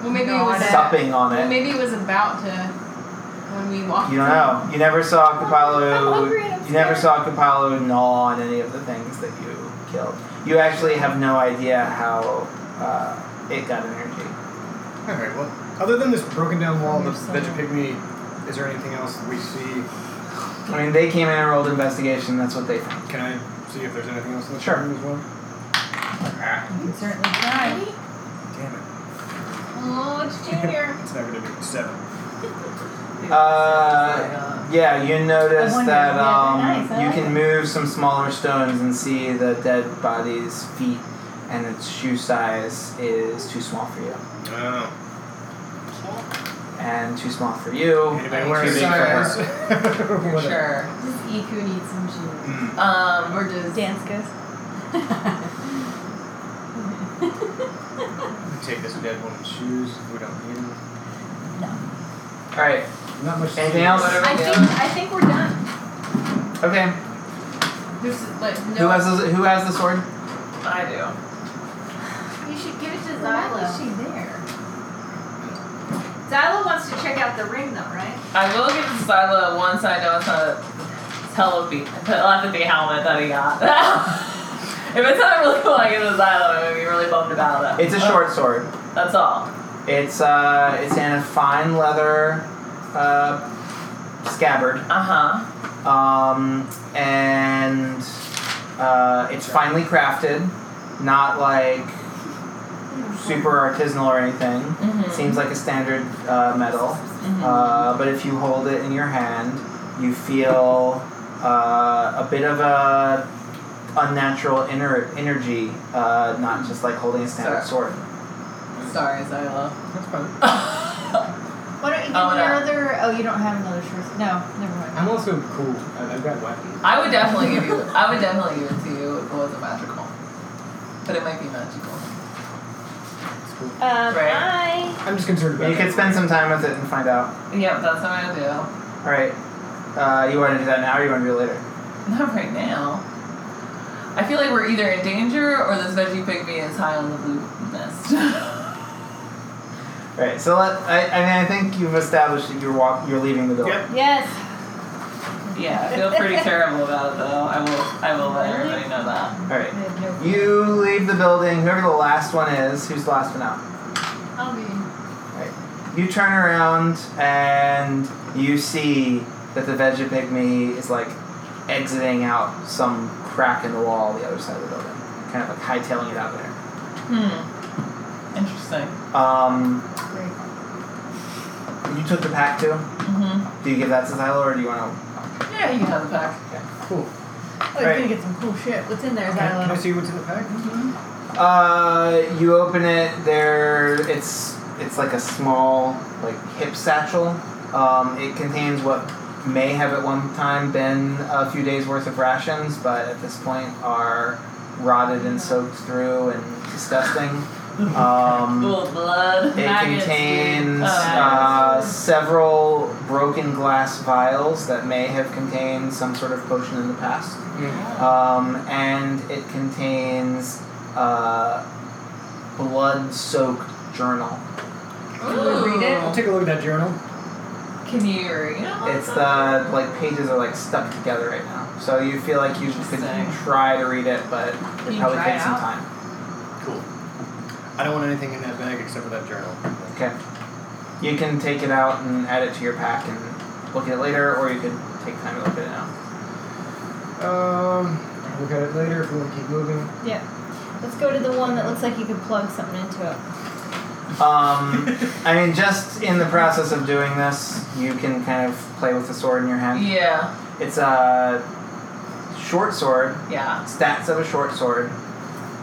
S2: Well, maybe it
S5: No,
S2: was
S5: I
S3: supping on
S2: Well,
S3: it.
S2: maybe it was about to when we walked.
S3: You don't know. You never saw
S5: I'm
S3: Capallo.
S5: hungry and I'm
S3: You never
S5: scared.
S3: saw Capallo gnaw on any of the things that you killed. You actually have no idea how uh, it got energy.
S4: All right. Well, other than this broken down wall
S5: Your
S4: that, that you
S5: side.
S4: picked me, is there anything else we see?
S3: I mean, they came in and rolled investigation. That's what they found.
S4: Can I see if there's anything else in the
S3: Sure. Ah.
S4: room as well?
S5: You can certainly try.
S4: Damn it!
S5: Oh, it's Junior.
S4: It's not gonna be seven.
S3: Uh, yeah, you notice
S5: I wonder,
S3: that
S5: yeah,
S3: um,
S5: nice, I
S3: you
S5: like
S3: can
S5: it.
S3: move some smaller stones and see the dead body's feet, and its shoe size is too small for you,
S4: Oh.
S3: and too small for you,
S4: Anybody
S3: and
S4: wearing
S3: too big for
S4: size?
S3: her.
S4: Whatever.
S6: Sure.
S2: Does Iku need some shoes?
S4: Mm.
S6: Um,
S2: Or does
S5: Dance goes.
S4: Take this dead woman's shoes. We don't need them.
S3: All right.
S4: Not much. to
S3: Anything
S4: see.
S3: else?
S5: I think I think we're done.
S3: Okay.
S2: Who's like no?
S3: Who has the, who has the sword?
S6: I do.
S5: You should give it to
S2: Why is
S5: Zyla.
S2: she there?
S5: Zyla wants to check out the ring though, right?
S6: I will give it to Silo once I know it's not a telepathy, telepathy helmet that he got. if it's not really cool, I give it to Silo. I'm gonna be really bummed about it.
S3: It's a short
S5: Oh.
S3: sword.
S6: That's all.
S3: It's uh, it's in a fine leather uh, scabbard.
S6: Uh huh.
S3: um, and uh, it's finely crafted, not like super artisanal or anything.
S6: Mhm.
S3: Seems like a standard uh, metal,
S6: Hmm. Mm-hmm.
S3: uh, but if you hold it in your hand, you feel uh, a bit of a unnatural inner energy, uh, not just like holding a standard sword.
S6: Sorry, Silo.
S4: That's fine.
S5: Why don't you give
S6: Oh,
S5: me
S6: no.
S5: your other? Oh, you don't have another shirt. No, never mind.
S4: I'm also cool. I, I've got wacky.
S6: I would definitely give you. I would definitely give it to you if it wasn't magical, but it might be magical.
S4: It's cool.
S5: Um,
S6: Right.
S5: I
S4: I'm just concerned about.
S3: You could spend some time with it and find out.
S6: Yep, that's what I'm gonna
S3: All right, uh, you want to do that now, or you want to do it later?
S6: do. Not right now. I feel like we're either in danger or this veggie pygmy is high on the blue list.
S3: Right. So let, I, I mean, I think you've established that you're walk, you're leaving the door.
S4: Yep.
S5: yes.
S6: yeah, I feel pretty terrible about it though. I will. I will let everybody know that.
S3: All right.
S5: I have no-
S3: You leave the building. Whoever the last one is, who's the last one out?
S5: I'll be.
S3: You turn around and you see that the veggie pygmy is like exiting out some crack in the wall on the other side of the building, kind of like hightailing it out there.
S6: Hmm. Interesting.
S3: Um,
S5: Great.
S3: you took the pack too.
S6: Mm-hmm.
S3: Do you give that to Zyla or do you want to?
S6: Yeah, you can have the pack.
S4: Cool.
S5: Oh, you're gonna get some cool shit. What's in there,
S4: Can, can I
S5: Zyla?
S4: see what's in the pack?
S3: Uh, you open it. There, it's it's like a small like hip satchel. Um, it contains what may have at one time been a few days worth of rations, but at this point are rotted and soaked through and disgusting. Um,
S6: Little blood.
S3: it
S6: maggots,
S3: contains
S6: dude. Oh,
S3: uh,
S6: maggots.
S3: several broken glass vials that may have contained some sort of potion in the past.
S5: Mm.
S3: Um, and it contains uh, blood soaked journal.
S2: Ooh. Read it.
S4: I'll take a look at that journal.
S6: Can you read
S5: Oh,
S6: it?
S3: It's the like pages are like stuck together right now. So you feel like you could
S6: Interesting.
S3: try to read it, but it
S5: You
S3: probably
S5: try
S3: take
S5: it
S3: some
S5: out?
S3: time.
S4: Cool. I don't want anything in that bag except for that journal.
S3: Okay. You can take it out and add it to your pack and look at it later, or you could take time to look at it now.
S4: Um, look at it later if we want to keep moving.
S5: Let's go to the one that looks like you could plug something into it.
S3: Um, I mean, just in the process of doing this, you can kind of play with the sword in your hand.
S6: Yeah.
S3: It's a short sword,
S6: Yeah.
S3: stats of a short sword,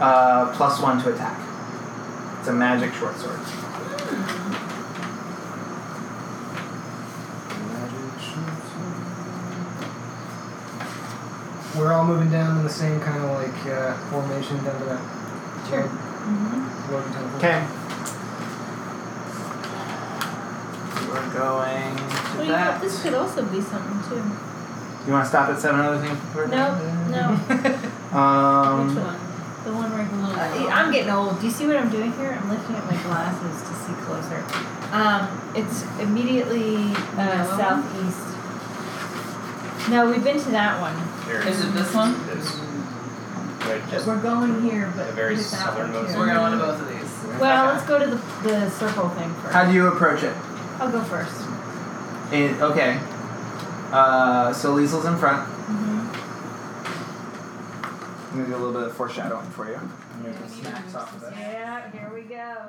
S3: uh, plus one to attack. It's a magic short sword.
S4: We're all moving down in the same kind of like uh, formation down to that.
S5: Sure.
S4: floating temple.
S3: Okay. We're going
S5: Well,
S3: to
S5: you know,
S3: that.
S5: this could also be something too.
S3: You want to stop at seven other things? we're
S5: No, no.
S3: doing? Um,
S5: Which one? The one where uh, I'm getting old. Do you see what I'm doing here? I'm looking at my glasses to see closer. Um, it's immediately uh,
S6: Yellow one?
S5: southeast. No, we've been to that one.
S7: Here
S6: Is it this one?
S7: This. Right, just
S5: We're going here, but
S7: The very
S5: there's that one
S7: southernmost
S5: too.
S6: So we're gonna want to both of these.
S5: yes. Well, let's go to the, the circle thing first.
S3: How do you approach it?
S5: I'll go first.
S3: It- okay. Uh, so Liesl's in front.
S5: Mm-hmm.
S3: I'm gonna do a little bit of foreshadowing for you.
S5: Yeah, here we go.